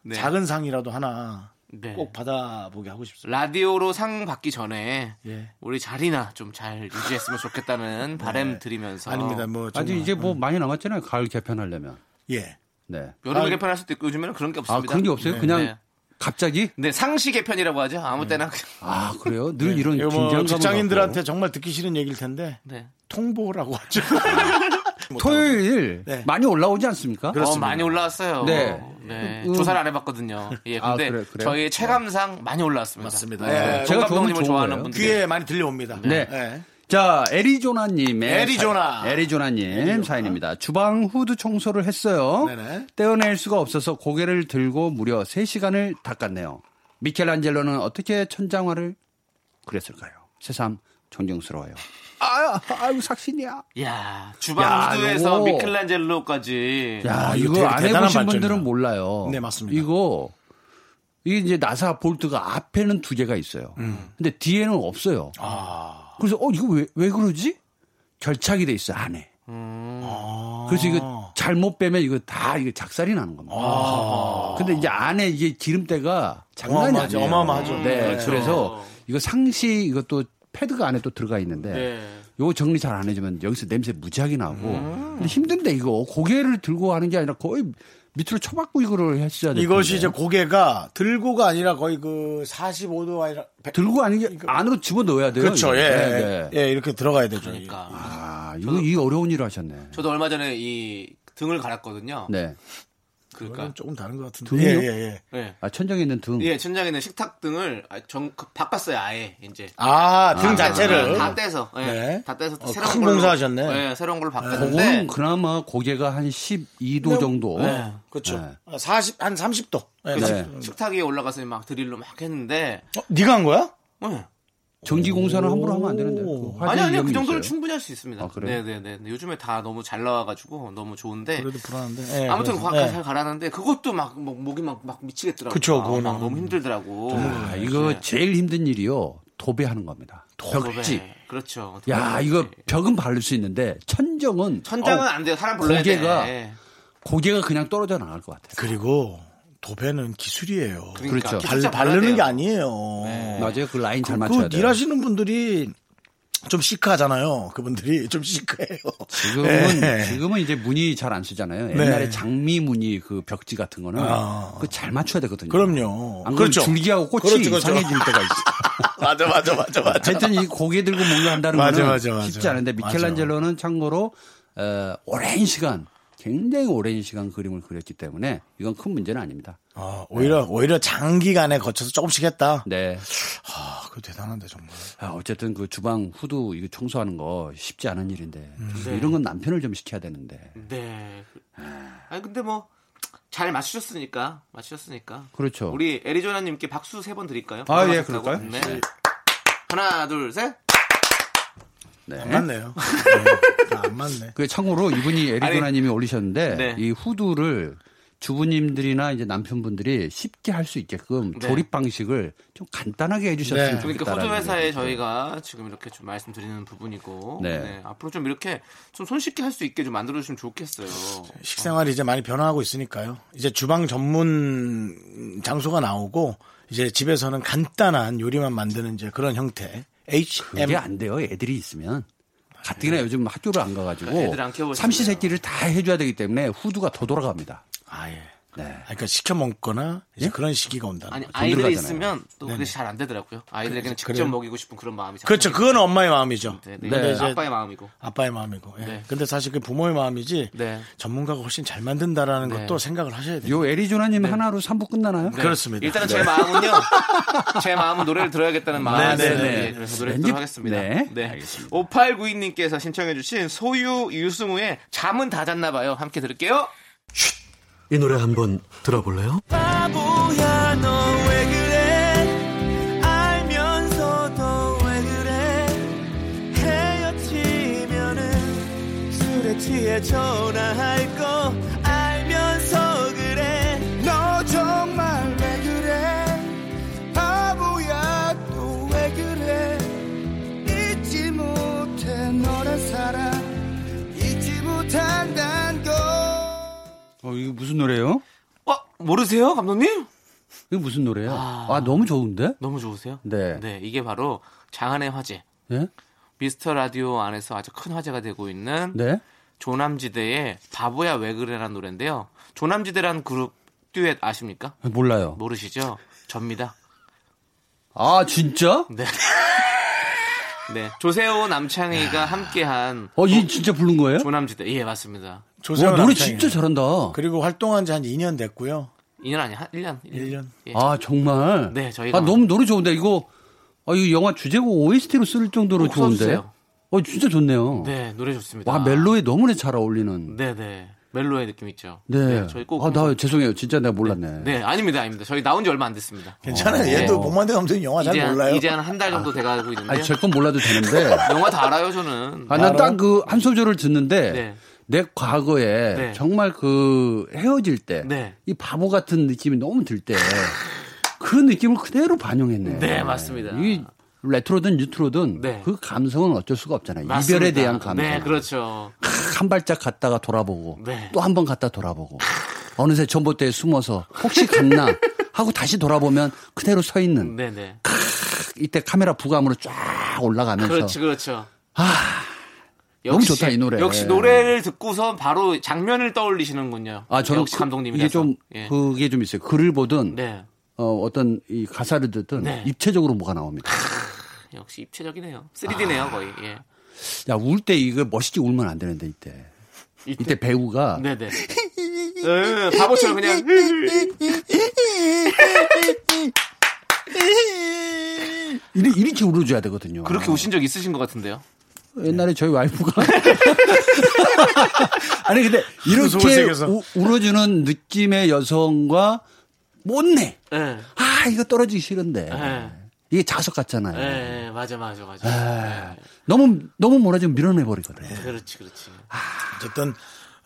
Speaker 2: 네.
Speaker 1: 작은 상이라도 하나
Speaker 2: 네.
Speaker 1: 꼭 받아보게 하고 싶습니다.
Speaker 2: 라디오로 상 받기 전에
Speaker 1: 예.
Speaker 2: 우리 자리나 좀 잘 유지했으면 좋겠다는 바람 드리면서
Speaker 1: 아닙니다. 뭐
Speaker 7: 네. 아직
Speaker 1: 정말.
Speaker 7: 이제 뭐 많이 남았잖아요. 가을 개편하려면.
Speaker 1: 예.
Speaker 7: 네.
Speaker 2: 여름에 개편할 수도 있고 요즘에는 그런 게
Speaker 7: 아
Speaker 2: 없습니다.
Speaker 7: 그런 게 없어요? 그냥
Speaker 2: 네.
Speaker 7: 갑자기?
Speaker 2: 네, 상시 개편이라고 하죠. 아무 때나 (laughs) 그냥.
Speaker 7: 아 그래요? 늘 이런
Speaker 1: 이거 뭐
Speaker 7: 긴장감.
Speaker 1: 직장인들한테 정말 듣기 싫은 얘기일 텐데
Speaker 2: 네.
Speaker 1: 통보라고 하죠.
Speaker 7: 토요일
Speaker 1: 네. 그렇죠.
Speaker 7: 많이 올라오지 않습니까?
Speaker 2: 어, 많이 올라왔어요.
Speaker 7: 네.
Speaker 2: 네.
Speaker 7: 음.
Speaker 2: 조사를 안 해봤거든요. 예,
Speaker 7: 아,
Speaker 2: 근데
Speaker 7: 그래, 그래요? 네.
Speaker 2: 저희 체감상 많이 올라왔습니다.
Speaker 1: 맞습니다.
Speaker 2: 네.
Speaker 1: 예.
Speaker 2: 제가
Speaker 7: 제가 좋은
Speaker 2: 감독님을
Speaker 7: 건 좋은
Speaker 2: 좋아하는
Speaker 7: 거예요.
Speaker 2: 분들.
Speaker 1: 귀에 많이 들려옵니다.
Speaker 7: 네.
Speaker 1: 예.
Speaker 7: 자, 에리조나님의
Speaker 1: 에리조나.
Speaker 7: 사연, 에리조나님 사연입니다. 주방 후드 청소를 했어요.
Speaker 1: 네네.
Speaker 7: 떼어낼 수가 없어서 고개를 들고 무려 3시간을 닦았네요. 미켈란젤로는 어떻게 천장화를 그렸을까요? 새삼 존경스러워요. 아, 아유 삭신이야.
Speaker 2: 야,
Speaker 7: 야,
Speaker 2: 주방 후드에서
Speaker 7: 이거.
Speaker 2: 미켈란젤로까지.
Speaker 7: 야,
Speaker 1: 아, 이거
Speaker 7: 이거
Speaker 1: 되게
Speaker 7: 안
Speaker 1: 대단한
Speaker 7: 해보신
Speaker 1: 발전이다.
Speaker 7: 분들은 몰라요.
Speaker 1: 네, 맞습니다.
Speaker 7: 이거 이게 이제 나사 볼트가 앞에는 두 개가 있어요.
Speaker 1: 음.
Speaker 7: 근데 뒤에는 없어요.
Speaker 1: 아.
Speaker 7: 그래서 어 이거 왜, 왜 그러지? 결착이 돼 있어 안에.
Speaker 1: 음.
Speaker 7: 아. 그래서 이거 잘못 빼면 이거 다 이거 작살이 나는 겁니다. 근데 이제 안에 이게 기름때가 장난이
Speaker 1: 아. 어마어마하죠.
Speaker 7: 아니에요.
Speaker 1: 어마어마하죠.
Speaker 7: 네,
Speaker 2: 그렇죠.
Speaker 7: 그래서 이거 상시 이것도 패드가 안에 또 들어가 있는데
Speaker 2: 네.
Speaker 7: 요거 정리 잘 안 해주면 여기서 냄새 무지하게 나고 근데 힘든데 이거 고개를 들고 하는 게 아니라 거의 밑으로 쳐박고 이거를 했어야 돼.
Speaker 1: 이것이 이제 고개가 들고가 아니라 거의 그 45도 아니라 100...
Speaker 7: 들고 하는 게 안으로 집어 넣어야 돼요.
Speaker 1: 그렇죠.
Speaker 7: 이거.
Speaker 1: 예.
Speaker 7: 네, 네.
Speaker 1: 예, 이렇게 들어가야 되죠.
Speaker 2: 그러니까.
Speaker 7: 아, 이거 이 어려운 일을 하셨네.
Speaker 2: 저도 얼마 전에 이 등을 갈았거든요.
Speaker 7: 네.
Speaker 2: 그러니까.
Speaker 1: 이건 조금 다른 것 같은데.
Speaker 7: 등이요?
Speaker 1: 예, 예, 예.
Speaker 2: 예.
Speaker 7: 아 천장에 있는 등.
Speaker 2: 예, 천장에 있는 식탁 등을 아, 정, 그, 바꿨어요, 아예, 이제.
Speaker 1: 아, 등
Speaker 2: 네,
Speaker 1: 자체를.
Speaker 2: 다 떼서, 예.
Speaker 1: 네.
Speaker 2: 다 떼서
Speaker 1: 어,
Speaker 2: 새로운
Speaker 1: 큰
Speaker 2: 걸로.
Speaker 1: 공사하셨네.
Speaker 2: 예, 새로운 걸로
Speaker 7: 아, 그거는
Speaker 2: 바꿨는데.
Speaker 7: 그나마 고개가 한 12도 정도.
Speaker 2: 네.
Speaker 1: 그렇죠.
Speaker 7: 네.
Speaker 1: 아, 40, 한 30도. 예,
Speaker 7: 네.
Speaker 1: 30.
Speaker 2: 식탁 위에 올라가서 막 드릴로 막 했는데.
Speaker 1: 어, 네가 한 거야?
Speaker 2: 예.
Speaker 7: 전기 공사는 함부로 하면 안 되는데. 그 화재
Speaker 2: 아니 아니요
Speaker 7: 위험이
Speaker 2: 그 정도는
Speaker 7: 있어요.
Speaker 2: 충분히 할 수 있습니다.
Speaker 7: 아, 그래요?
Speaker 2: 네네네. 요즘에 다 너무 잘 나와가지고 너무 좋은데.
Speaker 1: 그래도 불안한데.
Speaker 7: 네,
Speaker 1: 예,
Speaker 2: 아무튼
Speaker 1: 그래서.
Speaker 2: 과가잘 가라는데 그것도 막, 막 목이 막, 막 미치겠더라고요.
Speaker 1: 그쵸,
Speaker 2: 아,
Speaker 1: 그거는.
Speaker 2: 막 너무 힘들더라고. 네.
Speaker 7: 아, 이거 제일 힘든 일이요. 도배하는 겁니다. 벽지.
Speaker 2: 벽지. 그렇죠.
Speaker 7: 야,
Speaker 1: 네.
Speaker 7: 이거 벽은 바를 수 있는데 천정은
Speaker 2: 천장은
Speaker 7: 어우,
Speaker 2: 안 돼요. 사람 불러야
Speaker 1: 네.
Speaker 7: 고개가
Speaker 2: 돼.
Speaker 7: 고개가 그냥 떨어져 나갈 것 같아요.
Speaker 1: 그리고 도배는 기술이에요.
Speaker 2: 그러니까
Speaker 7: 그렇죠.
Speaker 1: 발,
Speaker 2: 진짜
Speaker 1: 바르는
Speaker 2: 발라야
Speaker 1: 게
Speaker 2: 돼요.
Speaker 1: 아니에요.
Speaker 7: 맞아요. 그 라인 잘 맞춰야
Speaker 1: 네. 그
Speaker 7: 돼요.
Speaker 1: 일하시는 분들이 좀 시크하잖아요. 그분들이 (laughs) 좀 시크해요.
Speaker 7: 지금은
Speaker 1: 예.
Speaker 7: 지금은 이제 무늬 잘 안 쓰잖아요.
Speaker 1: 네.
Speaker 7: 옛날에 장미 무늬 그 벽지 같은 거는
Speaker 1: 아.
Speaker 7: 그거 잘 맞춰야 되거든요.
Speaker 1: 그럼요.
Speaker 7: 안 그러면
Speaker 1: 그렇죠.
Speaker 7: 줄기하고 꽃이
Speaker 1: 그렇죠, 그렇죠.
Speaker 7: 이상해질 때가 있어.
Speaker 1: (laughs) (laughs) 맞아, 맞아, 맞아, 맞아.
Speaker 7: 하여튼 이 고개 들고 뭔가 한다는
Speaker 1: 맞아,
Speaker 7: 거는
Speaker 1: 맞아, 맞아.
Speaker 7: 쉽지 않은데
Speaker 1: 맞아.
Speaker 7: 미켈란젤로는 참고로 어, 오랜 시간 굉장히 오랜 시간 그림을 그렸기 때문에 이건 큰 문제는 아닙니다.
Speaker 1: 아, 오히려 오히려 장기간에 거쳐서 조금씩 했다.
Speaker 7: 네.
Speaker 1: 아, 그거 대단한데 정말.
Speaker 7: 아, 어쨌든 그 주방 후드 이거 청소하는 거 쉽지 않은 일인데
Speaker 2: 음.
Speaker 7: 이런 건 남편을 좀 시켜야 되는데.
Speaker 2: 네. 아니 근데 뭐 잘 맞추셨으니까 맞추셨으니까.
Speaker 7: 그렇죠.
Speaker 2: 우리 애리조나님께 박수 세 번 드릴까요?
Speaker 7: 아, 예,
Speaker 2: 고생하셨다고.
Speaker 7: 그럴까요? 아,
Speaker 2: 네. 하나 둘 셋.
Speaker 7: 네.
Speaker 1: 안
Speaker 7: (laughs)
Speaker 1: 맞네요. 네, 안 맞네.
Speaker 7: 그 참고로
Speaker 2: (laughs)
Speaker 7: 이분이 에리조나님이 올리셨는데
Speaker 2: 네.
Speaker 7: 이 후드를 주부님들이나 이제 남편분들이 쉽게 할 수 있게끔
Speaker 2: 네.
Speaker 7: 조립 방식을 좀 간단하게 해주셨으면
Speaker 1: 네.
Speaker 7: 좋겠다.
Speaker 2: 그러니까 후드 회사에 저희가 지금 이렇게 좀 말씀드리는 부분이고
Speaker 7: 네.
Speaker 2: 네, 앞으로 좀 이렇게 좀 손쉽게 할 수 있게 좀 만들어 주시면 좋겠어요.
Speaker 1: 식생활이 이제 많이 변화하고 있으니까요. 이제 주방 전문 장소가 나오고 이제 집에서는 간단한 요리만 만드는 이제 그런 형태. HM
Speaker 7: 그게 안 돼요. 애들이 있으면. 가뜩이나 요즘 학교를 안 가가지고
Speaker 2: 네. 애들 안 키워보시네요.
Speaker 7: 삼시세끼를 다 해줘야 되기 때문에 후드가 더 돌아갑니다.
Speaker 1: 아 예.
Speaker 7: 네.
Speaker 1: 그러니까 시켜 먹거나 이제 그런 시기가 온다는
Speaker 2: 예? 아니
Speaker 1: 거죠.
Speaker 2: 아이들이
Speaker 7: 들어가잖아요.
Speaker 2: 있으면 또 그게 잘 안 되더라고요. 아이들에게는 직접
Speaker 1: 그래요?
Speaker 2: 먹이고 싶은 그런 마음이 잘
Speaker 1: 그렇죠. 그건 엄마의 마음이죠.
Speaker 2: 생기죠. 네, 네.
Speaker 1: 근데
Speaker 2: 이건
Speaker 1: 이제
Speaker 2: 아빠의 마음이고.
Speaker 1: 아빠의 마음이고. 예.
Speaker 2: 네.
Speaker 1: 근데 사실 그 부모의 마음이지
Speaker 2: 네.
Speaker 1: 전문가가 훨씬 잘 만든다라는
Speaker 2: 네.
Speaker 1: 것도 생각을 하셔야 돼요.
Speaker 7: 요 에리조나님 하나로 3부 끝나나요?
Speaker 2: 네.
Speaker 1: 그렇습니다.
Speaker 2: 일단은
Speaker 1: 네.
Speaker 2: 제 마음은요. 제 마음은 노래를 들어야겠다는
Speaker 1: 네,
Speaker 2: 마음이
Speaker 1: 네,
Speaker 2: 네,
Speaker 7: 네.
Speaker 2: 네, 그래서 노래 듣도록
Speaker 7: 왠지-
Speaker 2: 하겠습니다.
Speaker 7: 네,
Speaker 2: 네.
Speaker 7: 알겠습니다.
Speaker 2: 5892님께서 신청해주신 소유 유승우의 잠은 다 잤나봐요. 함께 들을게요.
Speaker 8: 이 노래 한번 들어볼래요?
Speaker 7: 어, 이거 무슨 노래예요?
Speaker 2: 어 모르세요 감독님?
Speaker 7: 이거 무슨 노래예요? 아, 너무 좋은데?
Speaker 2: 너무 좋으세요?
Speaker 7: 네.
Speaker 2: 이게 바로 장안의 화제.
Speaker 7: 네?
Speaker 2: 미스터 라디오 안에서 아주 큰 화제가 되고 있는
Speaker 7: 네?
Speaker 2: 조남지대의 바보야 왜 그래라는 노래인데요. 조남지대란 그룹 듀엣 아십니까? 뭐.
Speaker 7: 몰라요.
Speaker 2: 모르시죠? 접니다.
Speaker 7: 아, 진짜?
Speaker 2: 네. (laughs) 네. 조세호 남창희가 함께한
Speaker 7: 어, 이 진짜 부른 거예요?
Speaker 2: 조남지대. 예, 맞습니다.
Speaker 1: 조세호
Speaker 7: 와, 노래
Speaker 1: 남창이에요.
Speaker 7: 뭐, 진짜 잘한다.
Speaker 1: 그리고 활동한 지 한 2년 됐고요.
Speaker 2: 2년 아니야? 한 1년.
Speaker 1: 1년.
Speaker 2: 예.
Speaker 7: 아 정말.
Speaker 2: 네, 저희가-
Speaker 7: 아 너무 노래 좋은데 이거 아 이거 영화 주제곡 OST로 쓸 정도로
Speaker 2: 꼭
Speaker 7: 좋은데.
Speaker 2: 써주세요.
Speaker 7: 어 진짜 좋네요.
Speaker 2: 네, 노래 좋습니다.
Speaker 7: 와 멜로에 너무나 잘 어울리는.
Speaker 2: 네, 네. 멜로의 느낌 있죠.
Speaker 7: 네.
Speaker 2: 저희 꼭
Speaker 7: 아
Speaker 2: 한번-
Speaker 7: 나 죄송해요. 진짜 내가 몰랐네.
Speaker 2: 네, 아닙니다. 아닙니다. 저희 나온 지 얼마 안 됐습니다.
Speaker 1: 괜찮아요.
Speaker 2: 네.
Speaker 1: 얘도 복만대 감독님 영화 잘
Speaker 2: 이제 한-
Speaker 1: 몰라요.
Speaker 2: 이제 한 한 달 정도 돼가고 있는데.
Speaker 7: 아니 제 건 몰라도 되는데.
Speaker 2: 영화 다 알아요, 저는.
Speaker 7: 아 난 딱 그 한 소절을 듣는데.
Speaker 2: 네.
Speaker 7: 내 과거에
Speaker 2: 네.
Speaker 7: 정말 그 헤어질 때 이
Speaker 2: 네.
Speaker 7: 바보 같은 느낌이 너무 들 때 그 느낌을 그대로 반영했네.
Speaker 2: 네, 맞습니다.
Speaker 7: 이 레트로든 뉴트로든
Speaker 2: 네.
Speaker 7: 그 감성은 어쩔 수가 없잖아요.
Speaker 2: 맞습니다.
Speaker 7: 이별에 대한 감성.
Speaker 2: 네, 그렇죠.
Speaker 7: 한 발짝 갔다가 돌아보고
Speaker 2: 네.
Speaker 7: 또 한 번 갔다 돌아보고 어느새 전봇대에 숨어서 혹시 갔나 하고 다시 돌아보면 그대로 서 있는
Speaker 2: 네, 네.
Speaker 7: 이때 카메라 부감으로 쫙 올라가면서
Speaker 2: 그렇죠, 그렇죠.
Speaker 7: 너무 좋다, 이 노래.
Speaker 2: 역시 노래를 듣고선 바로 장면을 떠올리시는군요.
Speaker 7: 아 저는
Speaker 2: 역시 감독님이
Speaker 7: 이게 좀 그게 좀 있어요. 글을 보든
Speaker 2: 네,
Speaker 7: 어, 어떤 이 가사를 듣든
Speaker 2: 네.
Speaker 7: 입체적으로 뭐가 나옵니다.
Speaker 2: 역시 입체적이네요. 3D네요 거의. 예.
Speaker 7: 야 울 때 이거 멋있게 울면 안 되는데 이때 이때 배우가
Speaker 2: 네, 네. 예, 바보처럼 그냥
Speaker 7: 이리- 이렇게 울어줘야 되거든요.
Speaker 2: 그렇게 네. 오신 적 있으신 것 같은데요.
Speaker 7: 옛날에 저희 와이프가 (laughs) 아니 근데
Speaker 2: 그
Speaker 7: 이렇게
Speaker 1: 소울색에서.
Speaker 7: 우- 울어주는 느낌의 여성과 못내
Speaker 2: 예,
Speaker 7: 아 이거 떨어지기 싫은데
Speaker 2: 예.
Speaker 7: 이게 자석 같잖아요
Speaker 2: 예, 맞아, 맞아, 네. 맞아.
Speaker 7: 너무 너무 몰아주면 밀어내 버리거든
Speaker 2: 예. 그렇지, 그렇지.
Speaker 1: 어쨌든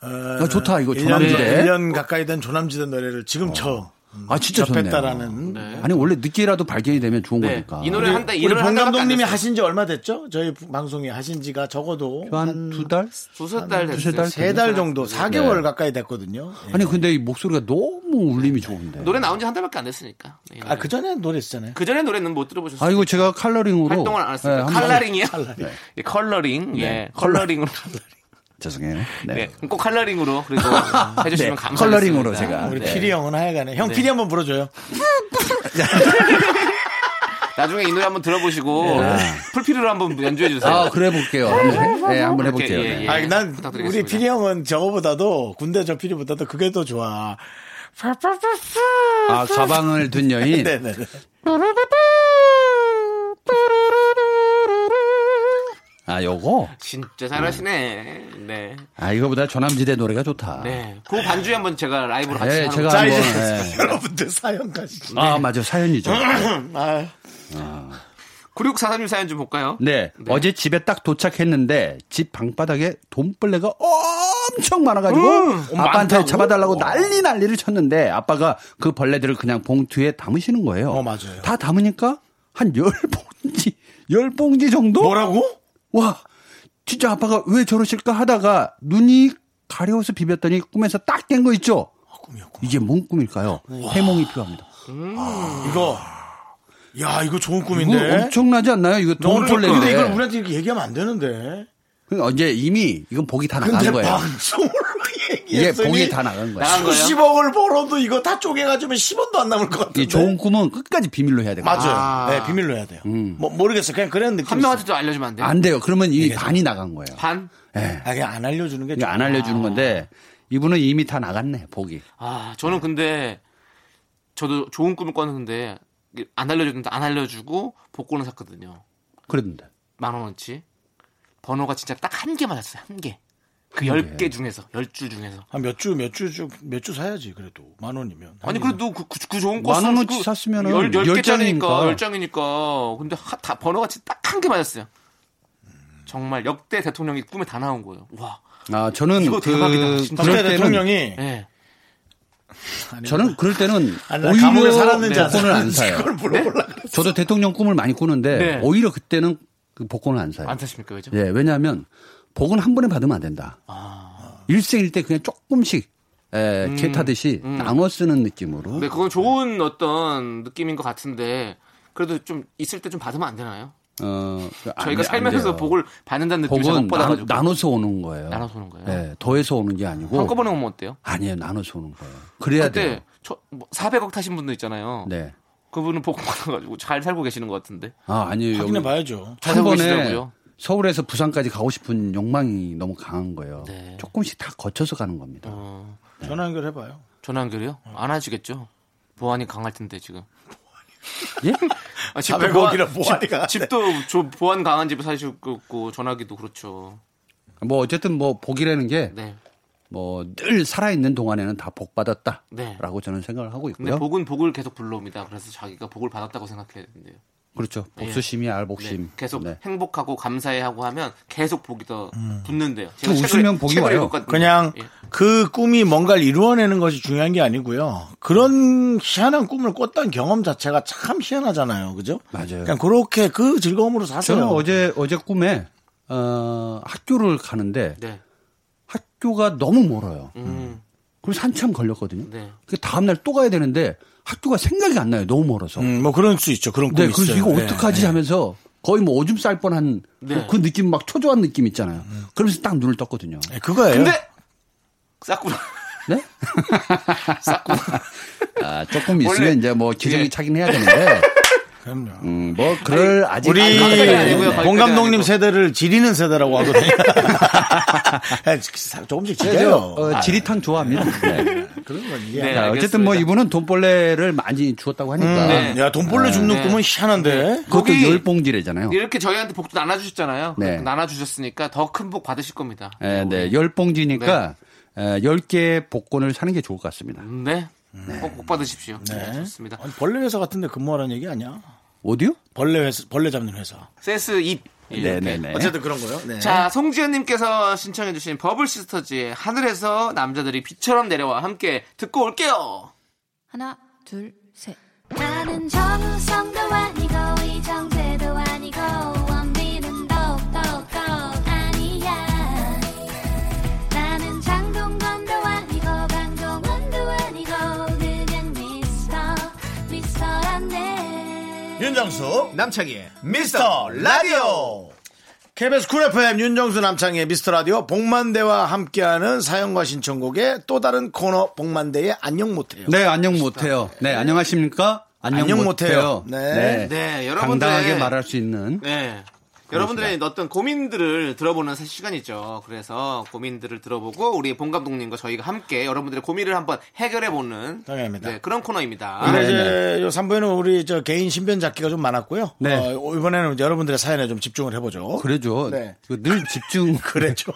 Speaker 1: 어,
Speaker 7: 아, 좋다, 이거
Speaker 1: 1년,
Speaker 7: 조남지대.
Speaker 1: 1년 가까이 된 조남지대 노래를 지금 쳐
Speaker 7: 아 진짜 좋네요.
Speaker 1: 접했다라는.
Speaker 7: 아니 원래 늦게라도 발견이 되면 좋은
Speaker 2: 네.
Speaker 7: 거니까.
Speaker 2: 이 노래 한다
Speaker 1: 우리 본 감독님이 하신 지 얼마 됐죠? 저희 방송이 하신 지가 적어도
Speaker 7: 그 한 두 달?
Speaker 2: 두세 달
Speaker 7: 두세
Speaker 2: 됐어요. 네.
Speaker 7: 달? 네.
Speaker 1: 세 달 정도, 4개월 가까이 됐거든요. 예.
Speaker 7: 아니 근데 이 목소리가 너무 울림이 좋은데.
Speaker 2: 노래 나온 지 한 달밖에 안 됐으니까. 네,
Speaker 1: 아, 그 전에 노래 했잖아요.
Speaker 2: 그 전에 노래는 못 들어보셨어요.
Speaker 7: 아 이거 제가 칼러링으로
Speaker 2: 활동을 안 했으니까
Speaker 7: 예, 한번-
Speaker 2: 칼라링이요. 예, 컬러링. 예. 컬러링으로.
Speaker 7: 죄송해요. 네.
Speaker 2: 네. 꼭 컬러링으로 그리고
Speaker 7: (laughs)
Speaker 2: 해주시면 감사하겠습니다.
Speaker 7: 컬러링으로 제가.
Speaker 1: 우리
Speaker 2: 네.
Speaker 1: 피리 형은 하여간에. 형
Speaker 2: 네.
Speaker 1: 피리 한번 불어줘요.
Speaker 2: 나중에 이 노래 한번 들어보시고 풀피리로 한번 연주해 주세요.
Speaker 7: 네. 아 그래 볼게요. 한번 해, 네, 한번 해볼게요.
Speaker 2: 이렇게, 예,
Speaker 7: 네.
Speaker 2: 예.
Speaker 1: 아니, 난 우리
Speaker 2: 부탁드리겠습니다.
Speaker 1: 피리 형은 저거보다도 군대 저 피리보다도 그게 더 좋아.
Speaker 7: 아 가방을 든 여인.
Speaker 1: 네네.
Speaker 7: 아 요거.
Speaker 2: 진짜 잘하시네. 네.
Speaker 7: 아 이거보다 조남지대 노래가 좋다.
Speaker 2: 네. 그 반주에 한번 제가 라이브로 같이 네.
Speaker 7: 예,
Speaker 2: 하는
Speaker 7: 아. 제가
Speaker 1: 자,
Speaker 7: 한번.
Speaker 1: 이제
Speaker 7: 예.
Speaker 1: 여러분들 사연까지.
Speaker 7: 아 맞아 사연이죠.
Speaker 1: 아,
Speaker 2: 9643님 사연 좀 볼까요?
Speaker 7: 네. 어제 집에 딱 도착했는데 집 방바닥에 돈벌레가 엄청 많아가지고
Speaker 1: 음,
Speaker 7: 아빠한테
Speaker 1: 어.
Speaker 7: 잡아달라고 난리 난리를 쳤는데 아빠가 그 벌레들을 그냥 봉투에 담으시는 거예요.
Speaker 1: 어, 맞아요.
Speaker 7: 다 담으니까 한 열 봉지, 열 봉지 정도?
Speaker 1: 뭐라고?
Speaker 7: 와, 진짜 아빠가 왜 저러실까 하다가 눈이 가려워서 비볐더니 꿈에서 딱 깬 거 있죠?
Speaker 1: 아, 꿈이었구나.
Speaker 7: 이게 뭔 꿈일까요? 해몽이 필요합니다.
Speaker 1: 이거. 야, 이거 좋은
Speaker 7: 이거
Speaker 1: 꿈인데.
Speaker 7: 엄청나지 않나요? 이거
Speaker 1: 너무
Speaker 7: 돈벌레.
Speaker 1: 좋다. 근데 이걸 우리한테 이렇게 얘기하면 안 되는데.
Speaker 7: 그러니까 이제 이미 이건 복이 다
Speaker 1: 근데
Speaker 7: 나간 거예요.
Speaker 1: 방송으로
Speaker 7: 이게
Speaker 1: 얘기했으니
Speaker 7: 복이 예, 다 나간 거야.
Speaker 2: 나간 거예요?
Speaker 1: 10억을 벌어도 이거 다 쪼개가지고 10원도 안 남을 것 같은데.
Speaker 7: 이 좋은 음. 꿈은 끝까지 비밀로 해야 돼요.
Speaker 1: 맞아요.
Speaker 2: 아.
Speaker 1: 네, 비밀로 해야 돼요. 뭐, 모르겠어요. 그냥 그런 느낌.
Speaker 2: 한 명한테도 알려주면 안 돼요?
Speaker 7: 안 돼요. 그러면 이미 반이 나간 거예요.
Speaker 2: 반?
Speaker 1: 아, 그냥 안 알려주는 게.
Speaker 7: 이거 안 알려주는 건데 이분은 이미 다 나갔네 복이.
Speaker 2: 아, 저는 근데 저도 좋은 꿈을 꿨는데 안 알려줬는데 안 알려주고 복권을 샀거든요.
Speaker 7: 그랬는데
Speaker 2: 만 원어치. 번호가 진짜 딱 한 개만 샀어요. 한 개. 그 열 개 중에서, 열 줄 중에서.
Speaker 1: 한몇 주, 몇 주, 주- 몇 주 사야지, 그래도. 만 원이면.
Speaker 2: 아니 그래도 그, 그, 그 좋은
Speaker 7: 만
Speaker 2: 거
Speaker 7: 원어치 샀으면은
Speaker 2: 열, 열
Speaker 7: 열
Speaker 2: 개짜리니까
Speaker 7: 장이니까.
Speaker 2: 열 장이니까 근데 하, 다 번호같이 딱 한 개 맞았어요. 정말 역대 대통령이 꿈에 다 나온 거예요. 와,
Speaker 7: 아 저는
Speaker 2: 이거
Speaker 7: 그
Speaker 2: 대박이다, 진짜.
Speaker 1: 박근혜
Speaker 7: 그럴 때는 네.
Speaker 1: 대통령이.
Speaker 2: 예.
Speaker 7: 저는 그럴 때는
Speaker 1: 아니, 나 감옥에
Speaker 7: 오히려
Speaker 1: 살았는지 안
Speaker 7: 복권을 안
Speaker 1: 살았는지 (laughs)
Speaker 7: 사요. 네,
Speaker 1: 그걸 물어보려고.
Speaker 7: 저도 대통령 꿈을 많이 꾸는데
Speaker 2: 네.
Speaker 7: 오히려 그때는 그 복권을 안 사요.
Speaker 2: 안 사십니까 왜죠?
Speaker 7: 예, 왜냐하면 복은 한 번에 받으면 안 된다. 일생일 때 그냥 조금씩 에, 개 타듯이 나눠 쓰는 느낌으로.
Speaker 2: 네, 그건 좋은 어떤 느낌인 것 같은데 그래도 좀 있을 때 좀 받으면 안 되나요?
Speaker 7: 어,
Speaker 2: 저희가
Speaker 7: 안 돼, 안 돼요.
Speaker 2: 살면서 복을 받는다는 느낌을 잘못
Speaker 7: 복은
Speaker 2: 받아가지고
Speaker 7: 나, 눠서 오는 거예요.
Speaker 2: 나눠서 오는 거예요?
Speaker 7: 예, 더해서 오는 게 아니고.
Speaker 2: 한꺼번에 오면 어때요?
Speaker 7: 아니에요, 나눠서 오는 거예요. 그래야 돼요.
Speaker 2: 그때 저, 뭐 400억 타신 분도 있잖아요.
Speaker 7: 네.
Speaker 2: 그분은 복 받아가지고 잘 살고 계시는 것 같은데.
Speaker 7: 아, 아니에요.
Speaker 1: 확인해
Speaker 7: 여기
Speaker 1: 봐야죠.
Speaker 2: 잘
Speaker 7: 한
Speaker 2: 살고
Speaker 7: 번에
Speaker 2: 계시더라고요.
Speaker 7: 서울에서 부산까지 가고 싶은 욕망이 너무 강한 거예요.
Speaker 2: 네.
Speaker 7: 조금씩 다 거쳐서 가는 겁니다.
Speaker 2: 어,
Speaker 1: 전화 연결해 봐요.
Speaker 7: 음.
Speaker 2: 전화 연결이요? 안 하시겠죠? 보안이 강할 텐데 지금.
Speaker 7: 예? (laughs)
Speaker 2: 아, 집도
Speaker 1: 400억이라 뭐하니까.
Speaker 2: 집도 조- 보안 강한 집에 사시고 전화기도 그렇죠.
Speaker 7: 뭐 어쨌든 뭐 복이라는
Speaker 2: 네.
Speaker 7: 게 뭐 늘 살아있는 동안에는 다 복 받았다라고
Speaker 2: 네.
Speaker 7: 저는 생각을 하고
Speaker 2: 근데
Speaker 7: 있고요.
Speaker 2: 복은 복을 계속 불러옵니다. 그래서 자기가 복을 받았다고 생각해야 된대요.
Speaker 7: 그렇죠. 복수심이
Speaker 2: 네.
Speaker 7: 알복심.
Speaker 2: 계속
Speaker 7: 네.
Speaker 2: 행복하고 감사해하고 하면 계속 복이 더 붙는데요.
Speaker 7: 그 웃으면 복이 와요.
Speaker 1: 그냥
Speaker 7: 예.
Speaker 1: 그 꿈이 뭔가를 이루어내는 것이 중요한 게 아니고요. 그런 희한한 꿈을 꿨던 경험 자체가 참 희한하잖아요. 그죠?
Speaker 7: 맞아요.
Speaker 1: 그냥 그렇게 그 즐거움으로 사세요.
Speaker 7: 저는 어제 어제 꿈에 어, 학교를 가는데
Speaker 2: 네.
Speaker 7: 학교가 너무 멀어요.
Speaker 2: 음.
Speaker 7: 그래서 한참 걸렸거든요.
Speaker 2: 네.
Speaker 7: 그 다음 날 또 가야 되는데 학교가 생각이 안 나요. 너무 멀어서.
Speaker 1: 음, 뭐 그럴 수 있죠. 그런 꿈이
Speaker 7: 네, 그래서
Speaker 1: 있어요.
Speaker 7: 이거
Speaker 1: 네,
Speaker 7: 어떡하지
Speaker 1: 네.
Speaker 7: 하면서 거의 뭐 오줌 쌀 뻔한
Speaker 2: 네.
Speaker 7: 그 느낌 막 초조한 느낌 있잖아요. 그러면서 딱 눈을 떴거든요.
Speaker 1: 네, 그거예요.
Speaker 2: 근데 싹구
Speaker 7: 네? 아, 조금 있으면
Speaker 2: 원래-
Speaker 7: 이제 뭐 기적이
Speaker 2: 예.
Speaker 7: 차긴 해야 되는데.
Speaker 1: 그럼요.
Speaker 7: 음, 뭐 그럴 아직
Speaker 1: 우리
Speaker 2: 아니, 거기까지 아니고요.
Speaker 1: 본
Speaker 2: 거기까지
Speaker 1: 감독님
Speaker 2: 아니고.
Speaker 1: 세대를 지리는 세대라고 (laughs) 하거든요. 아, 조금씩
Speaker 7: 제가
Speaker 1: 지려요.
Speaker 7: 어, 지리탕 좋아합니다. 네.
Speaker 1: 그런 건 이해.
Speaker 2: 네,
Speaker 7: 자, 어쨌든 뭐
Speaker 2: 알겠습니다.
Speaker 7: 이분은 돈벌레를 많이 주었다고 하니까
Speaker 2: 네.
Speaker 1: 야, 돈벌레 죽는
Speaker 2: 네.
Speaker 1: 꿈은 희한한데.
Speaker 7: 그것도
Speaker 2: 거기-
Speaker 7: 열 봉지래잖아요.
Speaker 2: 이렇게 저희한테 복도 나눠주셨잖아요.
Speaker 7: 어. 네.
Speaker 2: 그렇게 나눠주셨으니까 더 큰 복 받으실 겁니다.
Speaker 7: 네, 네, 열 봉지니까 에, 열 개의 복권을 사는 게 좋을 것 같습니다.
Speaker 2: 네. 꼭, 복 받으십시오. 네, 좋습니다.
Speaker 1: 아니, 벌레 회사 같은데 근무하라는 얘기 아니야?
Speaker 7: 어디요?
Speaker 1: 벌레 회사, 벌레 잡는 회사.
Speaker 2: 세스 입. 예, 이렇게.
Speaker 7: 네네네.
Speaker 1: 어쨌든 그런 거요. 네.
Speaker 2: 자, 송지현님께서 신청해주신 버블 시스터즈의 하늘에서 남자들이 비처럼 내려와 함께 듣고 올게요.
Speaker 9: 하나, 둘, 셋.
Speaker 3: 나는 정우성도 아니고 이정재도 아니고 원빈은 더욱더 아니야 나는 장동건도 아니고 강동원도 아니고 그냥 미스터 미스터란데
Speaker 10: 윤정수 남창희의 미스터 라디오
Speaker 1: KBS 쿨 FM 윤정수 남창의 미스터 라디오 복만대와 함께하는 사연과 신청곡의 또 다른 코너 복만대의 안녕 못해요.
Speaker 7: 네, 안녕 못해요. 네, 안녕하십니까? 안녕,
Speaker 1: 안녕
Speaker 7: 못해요.
Speaker 1: 못해요. 네.
Speaker 2: 네, 여러분들의-
Speaker 7: 당당하게 말할 수 있는
Speaker 2: 네. 여러분들의 어떤 고민들을 들어보는 사- 시간이죠. 그래서 고민들을 들어보고 우리 봉 감독님과 저희가 함께 여러분들의 고민을 한번 해결해 보는 네,
Speaker 1: 당연합니다.
Speaker 2: 그런 코너입니다.
Speaker 1: 근데
Speaker 7: 네,
Speaker 1: 아, 이제 요 3부에는 우리 저 개인 신변 잡기가 좀 많았고요.
Speaker 7: 네.
Speaker 1: 어, 이번에는 이제 여러분들의 사연에 좀 집중을 해보죠.
Speaker 7: 그래죠.
Speaker 1: 네.
Speaker 7: 그늘
Speaker 2: (laughs)
Speaker 7: 집중
Speaker 1: 그래죠.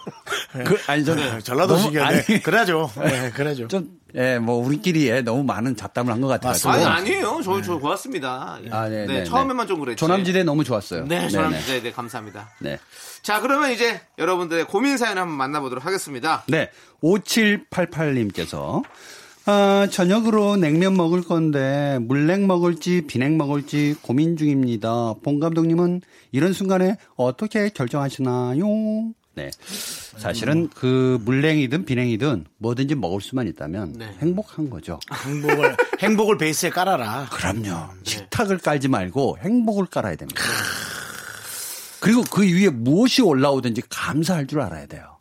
Speaker 7: (laughs) 그, 아니 저
Speaker 2: 네,
Speaker 1: 전라도
Speaker 7: 너무-
Speaker 1: 시기에
Speaker 7: 아니,
Speaker 1: 네. 그래죠. 네, 그래죠.
Speaker 7: (laughs) 좀 예, 뭐 우리끼리에 너무 많은 잡담을 한 것 같아요.
Speaker 2: 아니 아니에요. 저 저 좋았습니다.
Speaker 7: 아,
Speaker 2: 네,
Speaker 7: 네, 네,
Speaker 2: 처음에만 좀 그랬지.
Speaker 7: 조남지대 너무 좋았어요.
Speaker 2: 네,
Speaker 7: 네.
Speaker 2: 조남지대 네, 네, 감사합니다.
Speaker 7: 네.
Speaker 2: 자, 그러면 이제 여러분들의 고민 사연을 한번 만나보도록 하겠습니다.
Speaker 7: 네. 5788님께서 아, 저녁으로 냉면 먹을 건데 물냉 먹을지 비냉 먹을지 고민 중입니다. 봉 감독님은 이런 순간에 어떻게 결정하시나요? 네. 사실은 그 물냉이든 비냉이든 뭐든지 먹을 수만 있다면
Speaker 2: 네.
Speaker 7: 행복한 거죠.
Speaker 1: 행복을 행복을 베이스에 깔아라.
Speaker 7: 아, 그럼요. 음, 네. 식탁을 깔지 말고 행복을 깔아야 됩니다. 그리고 그 위에 무엇이 올라오든지 감사할 줄 알아야 돼요.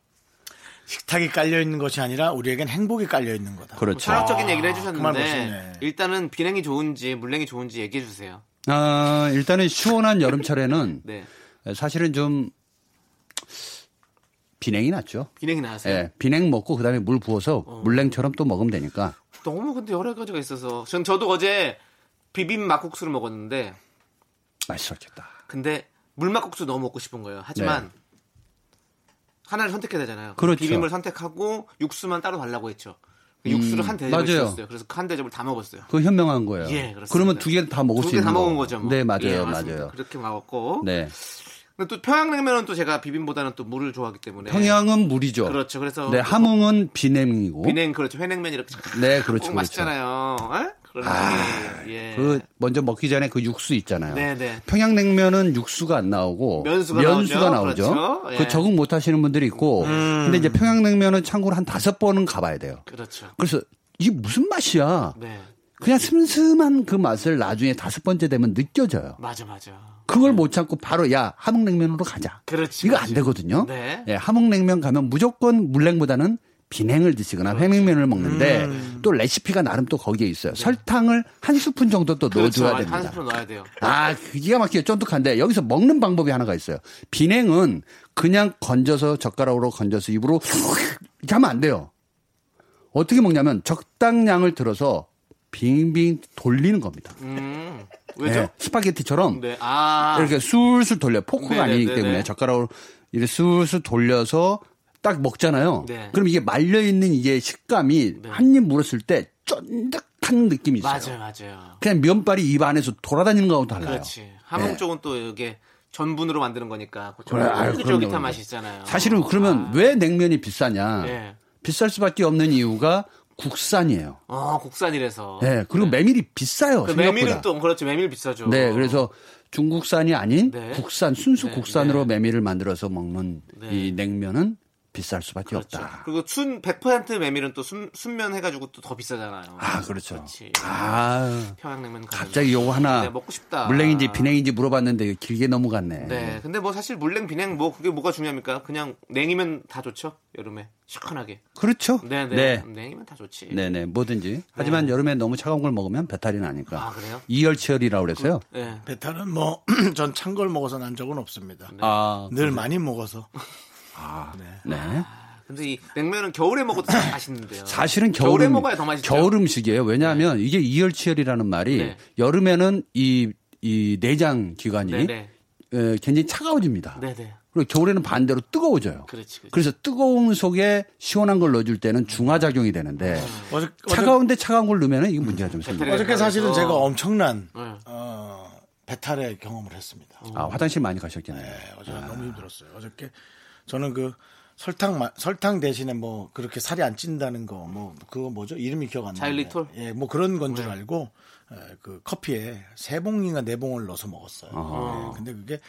Speaker 1: 식탁이 깔려 있는 것이 아니라 우리에겐 행복이 깔려 있는 거다.
Speaker 7: 그렇죠.
Speaker 2: 뭐 철학적인 얘기를
Speaker 1: 그 말 멋있네.
Speaker 2: 해주셨는데 일단은 비냉이 좋은지 물냉이 좋은지 얘기해 주세요.
Speaker 7: 아, 일단은 시원한 여름철에는
Speaker 2: 네,
Speaker 7: 사실은 좀 비냉이 낫죠.
Speaker 2: 비냉이 나왔어요.
Speaker 7: 예, 비냉 먹고 그다음에 물 부어서 물냉처럼 또 먹으면 되니까.
Speaker 2: 너무 근데 여러 가지가 있어서 전 저도 어제 비빔 막국수를 먹었는데
Speaker 7: 맛있었겠다.
Speaker 2: 근데 물막국수 너무 먹고 싶은 거예요. 하지만 하나를 선택해야 되잖아요.
Speaker 7: 네. 그렇죠.
Speaker 2: 비빔을 선택하고 육수만 따로 달라고 했죠. 그 육수를 한 대접을
Speaker 7: 음, 맞아요.
Speaker 2: 주셨어요. 그래서 그 한 대접을 다 먹었어요.
Speaker 7: 그 현명한 거예요.
Speaker 2: 예, 그렇습니다.
Speaker 7: 그러면 두 개 다 먹을
Speaker 2: 두
Speaker 7: 수
Speaker 2: 개
Speaker 7: 있는
Speaker 2: 다 먹은
Speaker 7: 거.
Speaker 2: 거죠. 뭐.
Speaker 7: 네, 맞아요.
Speaker 2: 예, 맞습니다.
Speaker 7: 맞아요.
Speaker 2: 그렇게 먹었고.
Speaker 7: 네.
Speaker 2: 근데 또 평양냉면은 또 제가 비빔보다는 또 물을 좋아하기 때문에
Speaker 7: 평양은 물이죠.
Speaker 2: 그렇죠. 그래서
Speaker 7: 네, 함흥은 비냉이고.
Speaker 2: 비냉 그렇죠. 회냉면 이렇게 쫙
Speaker 7: 네, 그렇죠.
Speaker 2: 꼭
Speaker 7: 그렇죠.
Speaker 2: 맛있잖아요. 예? 그런 아, 예.
Speaker 7: 그 먼저 먹기 전에 그 육수 있잖아요.
Speaker 2: 네, 네.
Speaker 7: 평양냉면은 육수가 안 나오고
Speaker 2: 면수가 나오죠.
Speaker 7: 그
Speaker 2: 그렇죠. 예. 음.
Speaker 7: 적응 못 하시는 분들이 있고 근데 이제 평양냉면은 참고로 한 다섯 번은 가봐야 돼요.
Speaker 2: 그렇죠.
Speaker 7: 그래서 이게 무슨 맛이야?
Speaker 2: 네.
Speaker 7: 그냥 슴슴한 그 맛을 나중에 다섯 번째 되면 느껴져요.
Speaker 2: 맞아 맞아.
Speaker 7: 그걸 못 참고 바로 야 함흥냉면으로 가자.
Speaker 2: 네. 그렇지,
Speaker 7: 이거 안
Speaker 2: 그렇지.
Speaker 7: 되거든요.
Speaker 2: 네.
Speaker 7: 예, 함흥냉면 가면 무조건 물냉보다는 비냉을 드시거나 회냉면을 먹는데
Speaker 2: 음.
Speaker 7: 또 레시피가 나름 또 거기에 있어요. 설탕을 한 스푼 정도 또
Speaker 2: 네. 그렇죠.
Speaker 7: 넣어줘야
Speaker 2: 한
Speaker 7: 됩니다.
Speaker 2: 스푼 넣어야 돼요.
Speaker 7: 아, 그 기가 막히게 쫀득한데 여기서 먹는 방법이 하나가 있어요. 비냉은 그냥 건져서 젓가락으로 건져서 입으로 이렇게 하면 안 돼요. 어떻게 먹냐면 적당량을 들어서 빙빙 돌리는 겁니다.
Speaker 2: 음. 왜죠?
Speaker 7: 예, 스파게티처럼
Speaker 2: 네. 아.
Speaker 7: 이렇게 술술 돌려 포크가 아니기
Speaker 2: 네네네네.
Speaker 7: 때문에 젓가락으로 이렇게 술술 돌려서 딱 먹잖아요.
Speaker 2: 네.
Speaker 7: 그럼 이게 말려 있는 이게 식감이 한 입 물었을 때 쫀득한 느낌이 있어요.
Speaker 2: 맞아요, 맞아요.
Speaker 7: 그냥 면발이 입 안에서 돌아다니는 거하고 달라요.
Speaker 2: 그렇지. 하몽
Speaker 7: 네.
Speaker 2: 쪽은 또 이게 전분으로 만드는 거니까 그
Speaker 7: 그래, 아유, 그럼요,
Speaker 2: 쫄깃쫄깃한
Speaker 7: 그럼요.
Speaker 2: 맛이 있잖아요.
Speaker 7: 사실은 그러면 왜 냉면이 비싸냐?
Speaker 2: 네.
Speaker 7: 비쌀 수밖에 없는 이유가 국산이에요.
Speaker 2: 어, 국산이라서.
Speaker 7: 네, 그리고 메밀이 비싸요.
Speaker 2: 그
Speaker 7: 생각보다.
Speaker 2: 메밀은 또 그렇죠. 메밀 비싸죠.
Speaker 7: 네, 그래서 중국산이 아닌
Speaker 2: 네.
Speaker 7: 국산 순수
Speaker 2: 네,
Speaker 7: 국산으로 메밀을 만들어서 먹는
Speaker 2: 네.
Speaker 7: 이 냉면은 비쌀 수밖에
Speaker 2: 그렇죠.
Speaker 7: 없다.
Speaker 2: 그리고 순 100% 메밀은 또 순, 순면 해가지고 또 더 비싸잖아요.
Speaker 7: 아, 그렇죠.
Speaker 2: 그렇지.
Speaker 7: 아,
Speaker 2: 평양냉면 가면.
Speaker 7: 갑자기 요거 하나
Speaker 2: 네, 먹고 싶다.
Speaker 7: 물냉인지 비냉인지 물어봤는데 길게 넘어갔네.
Speaker 2: 네, 근데 뭐 사실 물냉 비냉 뭐 그게 뭐가 중요합니까? 그냥 냉이면 다 좋죠. 여름에 시원하게.
Speaker 7: 그렇죠.
Speaker 2: 네, 네.
Speaker 7: 네.
Speaker 2: 냉이면 다 좋지.
Speaker 7: 네, 네, 뭐든지. 하지만 여름에 너무 차가운 걸 먹으면 배탈이 나니까.
Speaker 2: 아, 그래요?
Speaker 7: 이열치열이라고 그래서요.
Speaker 2: 네.
Speaker 1: 베타는 뭐 (clears throat) 전 찬 걸 먹어서 난 적은 없습니다.
Speaker 7: 아,
Speaker 1: 늘 많이 먹어서
Speaker 7: 네.
Speaker 2: 근데 이 냉면은 겨울에 먹어도 참 맛있는데요.
Speaker 7: (laughs) 사실은 겨울
Speaker 2: 겨울에
Speaker 7: 음-
Speaker 2: 먹어야 더 맛있죠.
Speaker 7: 겨울 음식이에요. 왜냐하면 이게 이열치열이라는 말이
Speaker 2: 네.
Speaker 7: 여름에는 이, 이 내장 기관이
Speaker 2: 네네.
Speaker 7: 에, 굉장히 차가워집니다.
Speaker 2: 네네.
Speaker 7: 그리고 겨울에는 반대로 뜨거워져요.
Speaker 2: 그렇지, 그렇지.
Speaker 7: 래서 뜨거운 속에 시원한 걸 넣어줄 때는 중화작용이 되는데
Speaker 2: 아.
Speaker 1: 어저,
Speaker 7: 차가운데 차가운 걸 넣으면 이게 문제가 좀 생겨요.
Speaker 1: 어저, 께 사실은 제가 엄청난
Speaker 2: 네. 어.
Speaker 1: 어, 배탈의 경험을 했습니다.
Speaker 7: 아, 화장실 많이 가셨겠네요.
Speaker 1: 네, 어제 너무 힘들었어요. 어저께 저는 그 설탕 마- 설탕 대신에 뭐 그렇게 살이 안 찐다는 거 뭐 그거 뭐죠 이름이 기억 안 나.
Speaker 2: 자일리톨? 네.
Speaker 1: 예, 뭐 그런 건 줄 알고 에, 그 커피에 세 봉인가 네 봉을 넣어서 먹었어요.
Speaker 2: 아.
Speaker 1: 예, 근데 그게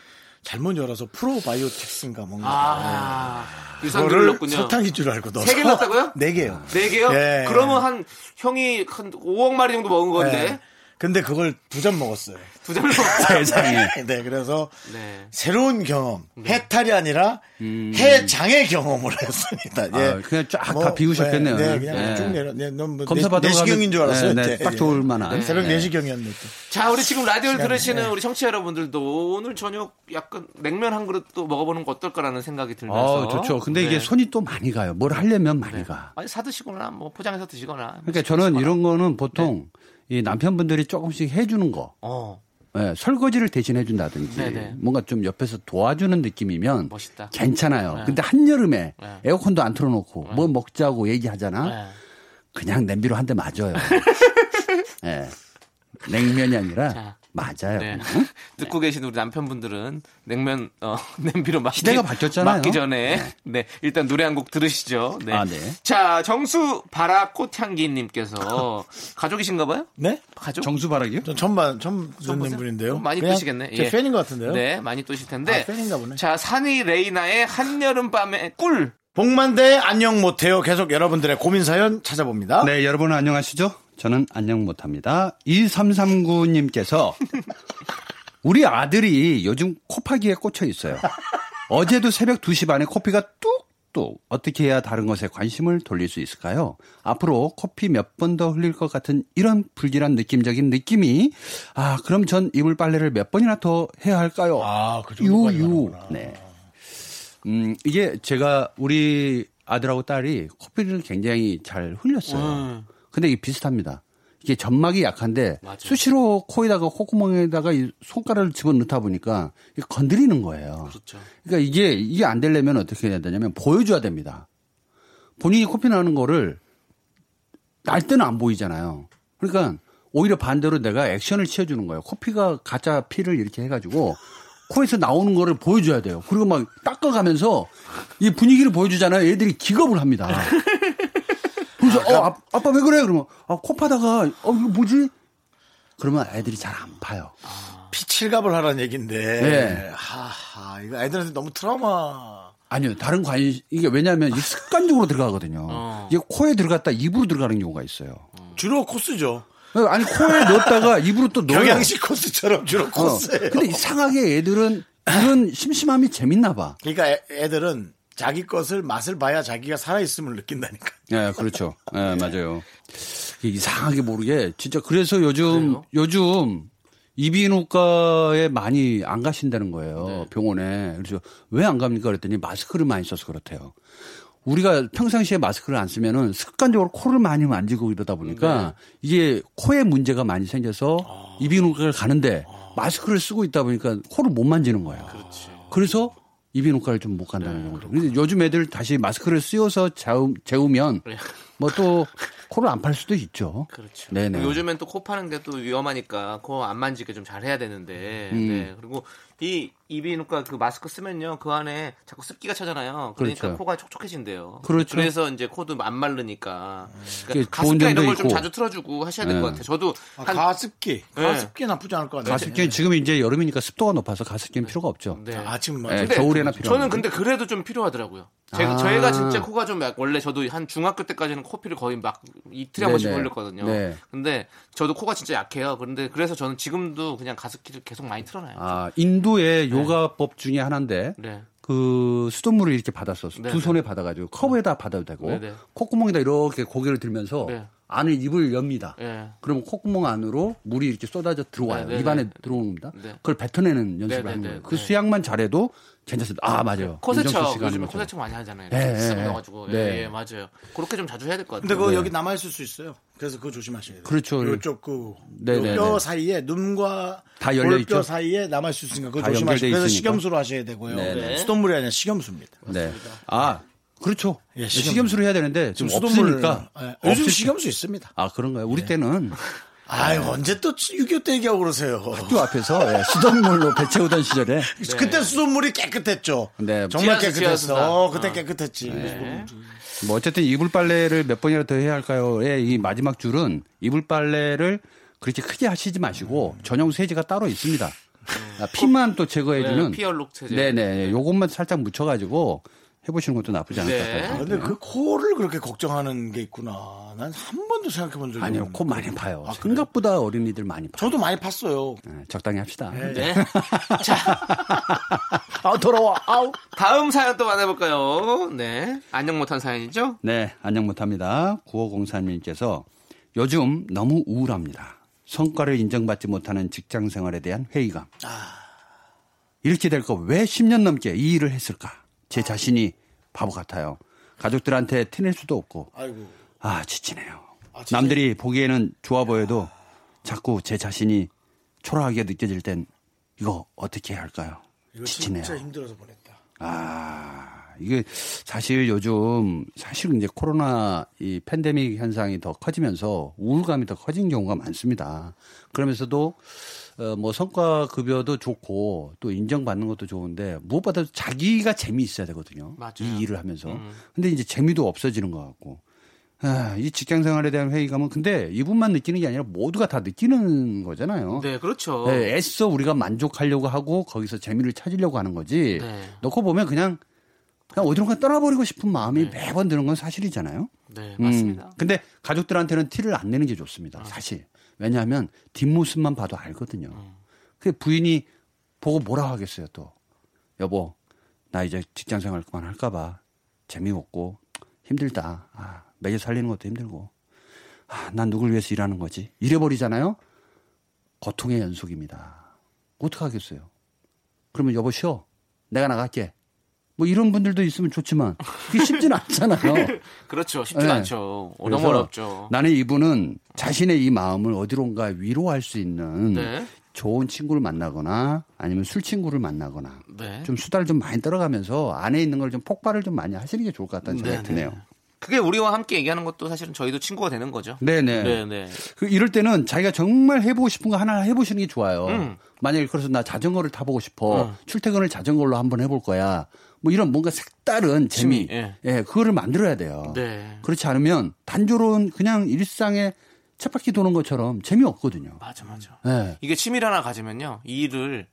Speaker 1: 잘못 열어서 프로바이오틱스인가 뭔가
Speaker 2: 아, 유산균을
Speaker 1: 그거를
Speaker 2: 넣었군요.
Speaker 1: 설탕인 줄 알고 넣어서
Speaker 2: 세개 넣었다고요?
Speaker 1: (laughs) 네 개요.
Speaker 2: 네 개요?
Speaker 1: 예.
Speaker 2: 그러면 한 형이 한 5억 마리 정도 먹은
Speaker 1: 예.
Speaker 2: 건데
Speaker 1: 근데 그걸 두 잔 먹었어요.
Speaker 2: 두
Speaker 1: (laughs)
Speaker 2: 잔을 먹었어요.
Speaker 1: 세상에. 네, 그래서
Speaker 2: 네.
Speaker 1: 새로운 경험,
Speaker 7: 네.
Speaker 1: 해탈이 아니라 해장의 경험을 했습니다. 예.
Speaker 7: 음. 아, 그냥 쫙다 비우셨겠네요.
Speaker 1: 네, 그냥
Speaker 7: 예.
Speaker 1: 쭉 내려. 네, 넌뭐
Speaker 7: 검사
Speaker 1: 내-
Speaker 7: 받으러
Speaker 1: 내시경인
Speaker 7: 가면-
Speaker 1: 줄 알았어요.
Speaker 7: 네, 네,
Speaker 1: 이제.
Speaker 7: 딱 좋을 만한.
Speaker 1: 새벽
Speaker 7: 네.
Speaker 1: 내시경이었네. 또.
Speaker 2: 자, 우리 지금 라디오를
Speaker 1: 시간이,
Speaker 2: 들으시는
Speaker 1: 예.
Speaker 2: 우리 청취자 여러분들도 오늘 저녁 약간 냉면 한 그릇 또 먹어보는 거 어떨까라는 생각이 들면서.
Speaker 7: 어, 좋죠. 근데 이게
Speaker 2: 네.
Speaker 7: 손이 또 많이 가요. 뭘 하려면 많이
Speaker 2: 네.
Speaker 7: 가.
Speaker 2: 아니 사드시거나 뭐 포장해서 드시거나.
Speaker 7: 그러니까 저는 이런
Speaker 2: 네.
Speaker 7: 거는 보통 이 남편분들이 조금씩 해주는 거,
Speaker 2: 어
Speaker 7: 예, 설거지를 대신 해준다든지
Speaker 2: 네네.
Speaker 7: 뭔가 좀 옆에서 도와주는 느낌이면
Speaker 2: 멋있다.
Speaker 7: 괜찮아요.
Speaker 2: 네.
Speaker 7: 근데 한여름에
Speaker 2: 네.
Speaker 7: 에어컨도 안 틀어놓고 뭐 먹자고 얘기하잖아.
Speaker 2: 네.
Speaker 7: 그냥 냄비로 한
Speaker 2: (laughs)
Speaker 7: 대 맞아요. 예. 냉면이 아니라
Speaker 2: 자.
Speaker 7: 맞아요.
Speaker 2: 네.
Speaker 7: 응?
Speaker 2: (laughs) 듣고 계신 우리 남편분들은 냉면 어, (laughs) 냄비로 막기,
Speaker 7: 시대가 바뀌었잖아요.
Speaker 2: 막기 전에 네. 일단 노래 한 곡 들으시죠. 네.
Speaker 7: 아, 네.
Speaker 2: 자 정수 바라 꽃향기님께서 (laughs) 가족이신가봐요.
Speaker 1: 네?
Speaker 2: 가족.
Speaker 7: 정수바라기요?
Speaker 1: 전 천만, 처음 듣는
Speaker 2: 보세요.
Speaker 1: 분인데요.
Speaker 2: 많이
Speaker 1: 그냥
Speaker 2: 뜨시겠네.
Speaker 1: 제
Speaker 2: 예.
Speaker 1: 팬인 것 같은데요.
Speaker 2: 네, 많이 또실 텐데.
Speaker 1: 아, 팬인가 보네.
Speaker 2: 자, 산이 레이나의 한여름 밤의 꿀.
Speaker 1: 복만대 안녕 못해요. 계속 여러분들의 고민사연 찾아봅니다.
Speaker 7: 네, 여러분 안녕하시죠? 저는 안녕 못합니다. 2339님께서 (laughs) 우리 아들이 요즘 코파기에 꽂혀 있어요. 어제도 새벽 2시 반에 코피가 뚝뚝 어떻게 해야 다른 것에 관심을 돌릴 수 있을까요? 앞으로 커피 몇 번 더 흘릴 것 같은 이런 불길한 느낌적인 느낌이 아 그럼 전 이불 빨래를 몇 번이나 더 해야 할까요?
Speaker 1: 아, 그 정도까지
Speaker 7: 유유.
Speaker 1: 가는구나.
Speaker 7: 네. 음, 이게 제가 우리 아들하고 딸이 커피를 굉장히 잘 흘렸어요. 근데 이게 비슷합니다. 이게 점막이 약한데 수시로 코에다가 콧구멍에다가 이 손가락을 집어넣다 보니까 이게 건드리는 거예요.
Speaker 2: 그렇죠.
Speaker 7: 그러니까 이게 이게 안 되려면 어떻게 해야 되냐면 보여줘야 됩니다. 본인이 코피 나는 거를 날 때는 안 보이잖아요. 그러니까 오히려 반대로 내가 액션을 취해주는 거예요. 코피가 가짜 피를 이렇게 해가지고 코에서 나오는 거를 보여줘야 돼요. 그리고 막 닦아가면서 이 분위기를 보여주잖아요. 애들이 기겁을 합니다. 그래서 어 아, 아빠 왜 그래? 그러면 아, 코 파다가 어 이거 뭐지? 그러면 애들이 잘 안 파요.
Speaker 1: 피칠갑을 하라는 얘기인데.
Speaker 7: 네.
Speaker 1: 하하, 이거 애들한테 너무 트라우마.
Speaker 7: 아니요, 다른 관심, 이게 왜냐하면 이게 습관적으로 들어가거든요. 이게 코에 들어갔다 입으로 들어가는 경우가 있어요.
Speaker 1: 주로 코스죠.
Speaker 7: 아니, 코에 넣었다가 입으로 또 넣어요.
Speaker 1: 경양식 코스처럼 주로
Speaker 7: 어,
Speaker 1: 코스예요.
Speaker 7: 근데 이상하게 애들은 그런 심심함이 재밌나 봐.
Speaker 1: 그러니까 애- 애들은 자기 것을 맛을 봐야 자기가 살아있음을 느낀다니까.
Speaker 7: 예, 그렇죠. 예, 맞아요. 이게 이상하게 모르게 진짜 그래서 요즘 요즘 이비인후과에 많이 안 가신다는 거예요. 병원에. 그래서 왜 안 갑니까 그랬더니 마스크를 많이 써서 그렇대요. 우리가 평상시에 마스크를 안 쓰면은 습관적으로 코를 많이 만지고 이러다 보니까
Speaker 2: 네.
Speaker 7: 이게 코에 문제가 많이 생겨서
Speaker 2: 아.
Speaker 7: 이비인후과를 가는데 마스크를 쓰고 있다 보니까 코를 못 만지는 거예요. 그래서 이비인후과를 좀 못
Speaker 2: 네,
Speaker 7: 간다는 경우도. 근데 요즘 애들 다시 마스크를 씌워서 자우- 재우면 뭐 또 코를 안 팔 수도 있죠.
Speaker 2: 네. 그렇죠.
Speaker 7: 네네.
Speaker 2: 요즘엔 또 코 파는 게 또 위험하니까 코 안 만지게 좀 잘 해야 되는데.
Speaker 7: 음.
Speaker 2: 네. 그리고 이 이비인후과 그 마스크 쓰면요. 그 안에 자꾸 습기가 차잖아요. 그러니까
Speaker 7: 그렇죠.
Speaker 2: 코가 촉촉해진대요.
Speaker 7: 그렇죠.
Speaker 2: 래서 이제 코도 안 마르니까.
Speaker 7: 그게
Speaker 2: 그러니까
Speaker 7: 좋은
Speaker 2: 가습기나 이런
Speaker 7: 점도
Speaker 2: 걸 좀
Speaker 7: 있고.
Speaker 2: 자주 틀어주고 하셔야 될
Speaker 7: 네.
Speaker 2: 것 같아요. 저도
Speaker 1: 아,
Speaker 2: 한
Speaker 1: 가습기.
Speaker 2: 네.
Speaker 1: 가습기 나쁘지 않을 것 같아요.
Speaker 7: 가습기는 지금 이제 여름이니까 습도가 높아서 가습기는 필요가 없죠.
Speaker 2: 네.
Speaker 1: 아, 지금 뭐.
Speaker 7: 예,
Speaker 2: 근데
Speaker 7: 겨울에나 필요.
Speaker 2: 저는 근데 그래도 좀 필요하더라고요. 제,
Speaker 7: 아.
Speaker 2: 저희가 진짜 코가 좀 약- 원래 저도 한 중학교 때까지는 코피를 거의 막 이틀에 한 번씩
Speaker 7: 네네.
Speaker 2: 흘렸거든요.
Speaker 7: 네.
Speaker 2: 근데 저도 코가 진짜 약해요. 그런데 그래서 저는 지금도 그냥 가습기를 계속 많이 틀어놔요.
Speaker 7: 아 인도의 요가법 중에 하나인데
Speaker 2: 네.
Speaker 7: 그 수돗물을 이렇게 받았어.
Speaker 2: 네네.
Speaker 7: 두 손에 받아가지고 컵에다 받아도 되고
Speaker 2: 네네.
Speaker 7: 콧구멍에다 이렇게 고개를 들면서
Speaker 2: 네.
Speaker 7: 안에 입을 엽니다.
Speaker 2: 예.
Speaker 7: 그러면 콧구멍 안으로 물이 이렇게 쏟아져 들어와요.
Speaker 2: 네네네.
Speaker 7: 입안에 들어옵니다.
Speaker 2: 네.
Speaker 7: 그걸 뱉어내는 연습을 하는
Speaker 2: 네네네.
Speaker 7: 거예요. 그
Speaker 2: 네.
Speaker 7: 수양만 잘해도 괜찮습니다. 아 맞아요. 윤정수
Speaker 2: 코세척
Speaker 7: 씨가 하는
Speaker 2: 요즘에
Speaker 7: 것처럼.
Speaker 2: 코세척 많이 하잖아요.
Speaker 7: 예, 예,
Speaker 2: 쓱
Speaker 7: 예.
Speaker 2: 넣어가지고
Speaker 7: 네.
Speaker 2: 예, 예, 맞아요. 그렇게 좀 자주 해야 될 것
Speaker 1: 근데
Speaker 2: 같아요.
Speaker 1: 그거 여기 남아있을 수 있어요. 그래서 그거 조심하셔야 돼요.
Speaker 7: 그렇죠.
Speaker 1: 요쪽 그,
Speaker 7: 네,
Speaker 1: 요
Speaker 7: 네,
Speaker 1: 뼈
Speaker 7: 네.
Speaker 1: 사이에, 눈과
Speaker 7: 다 열려
Speaker 1: 볼뼈
Speaker 7: 있죠?
Speaker 1: 사이에 남아있을 수 있으니까 그거
Speaker 7: 다
Speaker 1: 조심하셔야
Speaker 7: 연결돼
Speaker 1: 돼요. 그래서
Speaker 7: 있으니까.
Speaker 1: 식염수로 하셔야 되고요.
Speaker 7: 네,
Speaker 2: 네.
Speaker 1: 수돗물이 아니라 식염수입니다.
Speaker 7: 네. 아 그렇죠.
Speaker 1: 예, 식염수.
Speaker 7: 식염수를 해야 되는데 지금
Speaker 1: 수돗물-
Speaker 7: 없으니까
Speaker 1: 예, 요즘
Speaker 7: 없을-
Speaker 1: 식염수 있습니다.
Speaker 2: 네.
Speaker 7: 아 그런가요? 우리 때는
Speaker 1: 아유, 언제 또 6.25때 얘기하고 그러세요.
Speaker 7: 학교 앞에서 예, 수돗물로 배 채우던 시절에
Speaker 1: 그때 수돗물이 깨끗했죠.
Speaker 7: 네. 아.
Speaker 1: 정말
Speaker 2: 지하수,
Speaker 1: 깨끗했어.
Speaker 2: 지하수다.
Speaker 1: 어, 그때 깨끗했지.
Speaker 7: 뭐 어쨌든 이불 빨래를 몇 번이라도 더 해야 할까요?의 이 마지막 줄은 이불 빨래를 그렇게 크게 하시지 마시고 전용 세제가 따로 있습니다. 아, 피만 또 제거해주는
Speaker 2: 네, 피얼룩 세제.
Speaker 7: 네네, 요것만 살짝 묻혀가지고 해보시는 것도 나쁘지 않을 것
Speaker 2: 네.
Speaker 7: 같아요.
Speaker 1: 근데 그 코를 그렇게 걱정하는 게 있구나. 난 한 번도 생각해 본 적이
Speaker 7: 아니요,
Speaker 1: 없는데.
Speaker 7: 코 많이 파요. 생각보다 어린이들 많이 파. 요
Speaker 1: 저도 많이 팠어요.
Speaker 7: 적당히 합시다.
Speaker 2: 네. (laughs)
Speaker 1: 아, 더러워. 아우.
Speaker 2: 다음 사연 또 만나볼까요? 네. 안녕 못한 사연이죠?
Speaker 7: 네, 안녕 못합니다. 9503님께서 요즘 너무 우울합니다. 성과를 인정받지 못하는 직장 생활에 대한 회의감.
Speaker 1: 아.
Speaker 7: 이렇게 될 거 왜 10년 넘게 이 일을 했을까? 제
Speaker 1: 아.
Speaker 7: 자신이 바보 같아요. 가족들한테 티낼 수도 없고.
Speaker 1: 아이고.
Speaker 7: 아, 지치네요. 남들이 보기에는 좋아 보여도 자꾸 제 자신이 초라하게 느껴질 땐 이거 어떻게 해야 할까요?
Speaker 1: 이거
Speaker 7: 지치네요.
Speaker 1: 진짜 힘들어서 보냈다.
Speaker 7: 아, 이게 사실 요즘 사실 이제 코로나 이 팬데믹 현상이 더 커지면서 우울감이 더 커진 경우가 많습니다. 그러면서도 어, 뭐 성과 급여도 좋고 또 인정받는 것도 좋은데 무엇보다도 자기가 재미있어야 되거든요.
Speaker 2: 맞아요. 음.
Speaker 7: 이 일을 하면서. 근데 이제 재미도 없어지는 것 같고. 아, 이 직장 생활에 대한 회의감은 근데 이분만 느끼는 게 아니라 모두가 다 느끼는 거잖아요.
Speaker 2: 네, 그렇죠.
Speaker 7: 네, 애써 우리가 만족하려고 하고 거기서 재미를 찾으려고 하는 거지.
Speaker 2: 네.
Speaker 7: 놓고 보면 그냥 그냥 어디론가 떠나버리고 싶은 마음이 매번 드는 건 사실이잖아요.
Speaker 2: 네,
Speaker 7: 음,
Speaker 2: 맞습니다. 아.
Speaker 7: 근데 가족들한테는 티를 안 내는 게 좋습니다. 사실. 왜냐하면 뒷모습만 봐도 알거든요.
Speaker 2: 음.
Speaker 7: 그 부인이 보고 뭐라 하겠어요 또. 여보, 나 이제 직장 생활 그만할까봐 재미없고 힘들다. 아, 매일 살리는 것도 힘들고. 아, 난 누굴 위해서 일하는 거지? 이래버리잖아요? 고통의 연속입니다. 어떡하겠어요? 그러면 여보 쉬어. 내가 나갈게. 뭐 이런 분들도 있으면 좋지만 그게 쉽진 않잖아요.
Speaker 2: 그렇죠. (laughs) 쉽지
Speaker 7: 네.
Speaker 2: 않죠. 너무
Speaker 7: 그래서
Speaker 2: 어렵죠.
Speaker 7: 나는 이분은 자신의 이 마음을 어디론가 위로할 수 있는
Speaker 2: 네.
Speaker 7: 좋은 친구를 만나거나 아니면 술 친구를 만나거나
Speaker 2: 네.
Speaker 7: 좀 수다를 좀 많이 떨어가면서 안에 있는 걸 좀 폭발을 좀 많이 하시는 게 좋을 것 같다는 생각이
Speaker 2: 네,
Speaker 7: 드네요.
Speaker 2: 그게 우리와 함께 얘기하는 것도 사실은 저희도 친구가 되는 거죠.
Speaker 7: 네네.
Speaker 2: 네, 네.
Speaker 7: 그 이럴 때는 자기가 정말 해보고 싶은 거 하나 해보시는 게 좋아요.
Speaker 2: 음.
Speaker 7: 만약에 그래서 나 자전거를 타보고 싶어. 출퇴근을 자전거로 한번 해볼 거야. 뭐 이런 뭔가 색다른 재미.
Speaker 2: 취미, 예.
Speaker 7: 예, 그거를 만들어야 돼요.
Speaker 2: 네.
Speaker 7: 그렇지 않으면 단조로운 그냥 일상에 쳇바퀴 도는 것처럼 재미없거든요.
Speaker 2: 맞아, 맞아.
Speaker 7: 예.
Speaker 2: 이게 취미를 하나 가지면요. 이 일을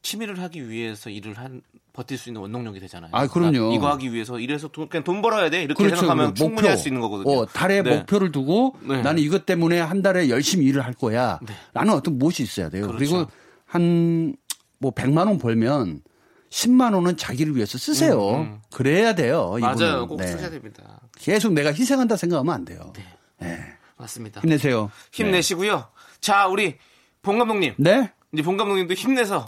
Speaker 2: 취미를 하기 위해서 일을 한 버틸 수 있는 원동력이 되잖아요.
Speaker 7: 아, 그럼요.
Speaker 2: 그러니까 이거 하기 위해서 이래서 돈, 그냥 돈 벌어야 돼. 이렇게 생각하면
Speaker 7: 그렇죠. 그리고
Speaker 2: 충분히 할 수 있는 거거든요.
Speaker 7: 어, 달에
Speaker 2: 네.
Speaker 7: 목표를 두고
Speaker 2: 네.
Speaker 7: 나는 이것 때문에 한 달에 열심히 일을 할 거야. 라는 어떤 무엇이 있어야 돼요. 그리고
Speaker 2: 그렇죠.
Speaker 7: 한 뭐 100만 원 벌면 10만 원은 자기를 위해서 쓰세요. 그래야 돼요.
Speaker 2: 음, 맞아요.
Speaker 7: 이분은.
Speaker 2: 꼭
Speaker 7: 네.
Speaker 2: 쓰셔야 됩니다. 네.
Speaker 7: 계속 내가 희생한다 생각하면 안 돼요.
Speaker 2: 맞습니다.
Speaker 7: 힘내세요.
Speaker 2: 힘내시고요. 자, 우리 봉 감독님.
Speaker 7: 네?
Speaker 2: 이제 봉 감독님도
Speaker 7: (laughs)
Speaker 2: 힘내서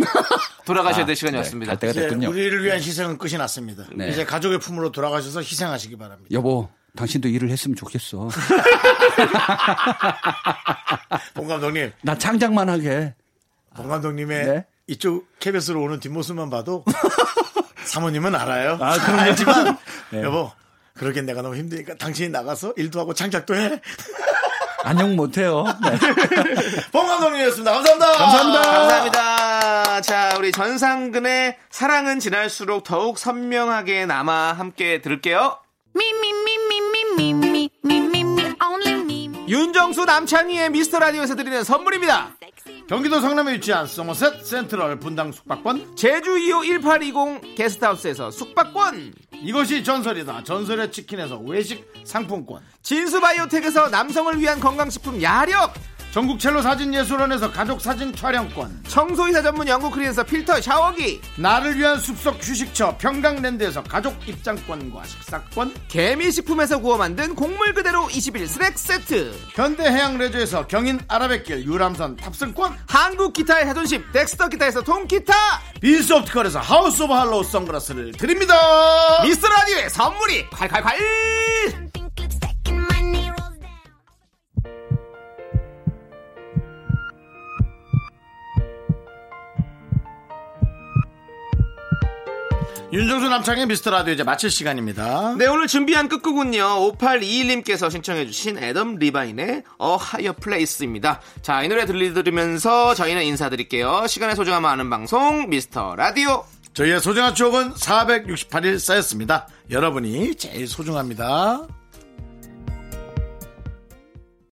Speaker 2: 돌아가셔야 될 시간이
Speaker 7: 네,
Speaker 2: 왔습니다.
Speaker 7: 갈 때가
Speaker 1: 이제
Speaker 7: 됐군요.
Speaker 1: 우리를 위한 희생은 끝이 났습니다.
Speaker 7: 네.
Speaker 1: 이제 가족의 품으로 돌아가셔서 희생하시기 바랍니다.
Speaker 7: 여보, 당신도 일을 했으면 좋겠어.
Speaker 1: 봉 감독님,
Speaker 7: 나 창작만 하게.
Speaker 1: 봉 감독님의
Speaker 7: 네.
Speaker 1: 이쪽 KBS로 오는 뒷모습만
Speaker 7: (laughs)
Speaker 1: 봐도 사모님은 알아요. 알지만
Speaker 7: 네.
Speaker 1: 여보, 그러게 내가 너무 힘드니까 당신이 나가서 일도 하고 창작도 해.
Speaker 7: 안녕 못해요. 네.
Speaker 1: 봉 감독님이었습니다. 감사합니다.
Speaker 2: 감사합니다. 아, 자, 우리 전상근의 사랑은 지날수록 더욱 선명하게 남아 함께 들을게요. 윤정수 남창희의 미스터 라디오에서 드리는 선물입니다.
Speaker 1: 경기도 성남에 위치한 뭐 서머셋 센트럴 분당 숙박권
Speaker 2: 제주 2호 1820 게스트하우스에서 숙박권.
Speaker 1: 이것이 전설이다. 전설의 치킨에서 외식 상품권
Speaker 2: 진수바이오텍에서 남성을 위한 건강식품 야력.
Speaker 1: 전국 첼로 사진 예술원에서 가족 사진 촬영권
Speaker 2: 청소이사 전문 영국 크린에서 필터 샤워기.
Speaker 1: 나를 위한 숲속 휴식처 평강랜드에서 가족 입장권과 식사권
Speaker 2: 개미식품에서 구워 만든 곡물 그대로 21 스낵 세트.
Speaker 1: 현대해양레저에서 경인 아라뱃길 유람선 탑승권
Speaker 2: 한국 기타의 자존심 덱스터 기타에서 통기타.
Speaker 1: 빈소프트컬에서 하우스 오브 할로우 선글라스를 드립니다
Speaker 2: 미스터 라디오의 선물이 콸콸콸!
Speaker 1: 윤정수 남창의 미스터 라디오 이제 마칠 시간입니다.
Speaker 2: 네, 오늘 준비한 끝곡은요. 5821님께서 신청해주신 애덤 리바인의 A Higher Place입니다. 자, 이 노래 들려드리면서 저희는 인사드릴게요. 시간의 소중함 아는 방송, 미스터 라디오.
Speaker 1: 저희의 소중한 추억은 468일 쌓였습니다. 여러분이 제일 소중합니다.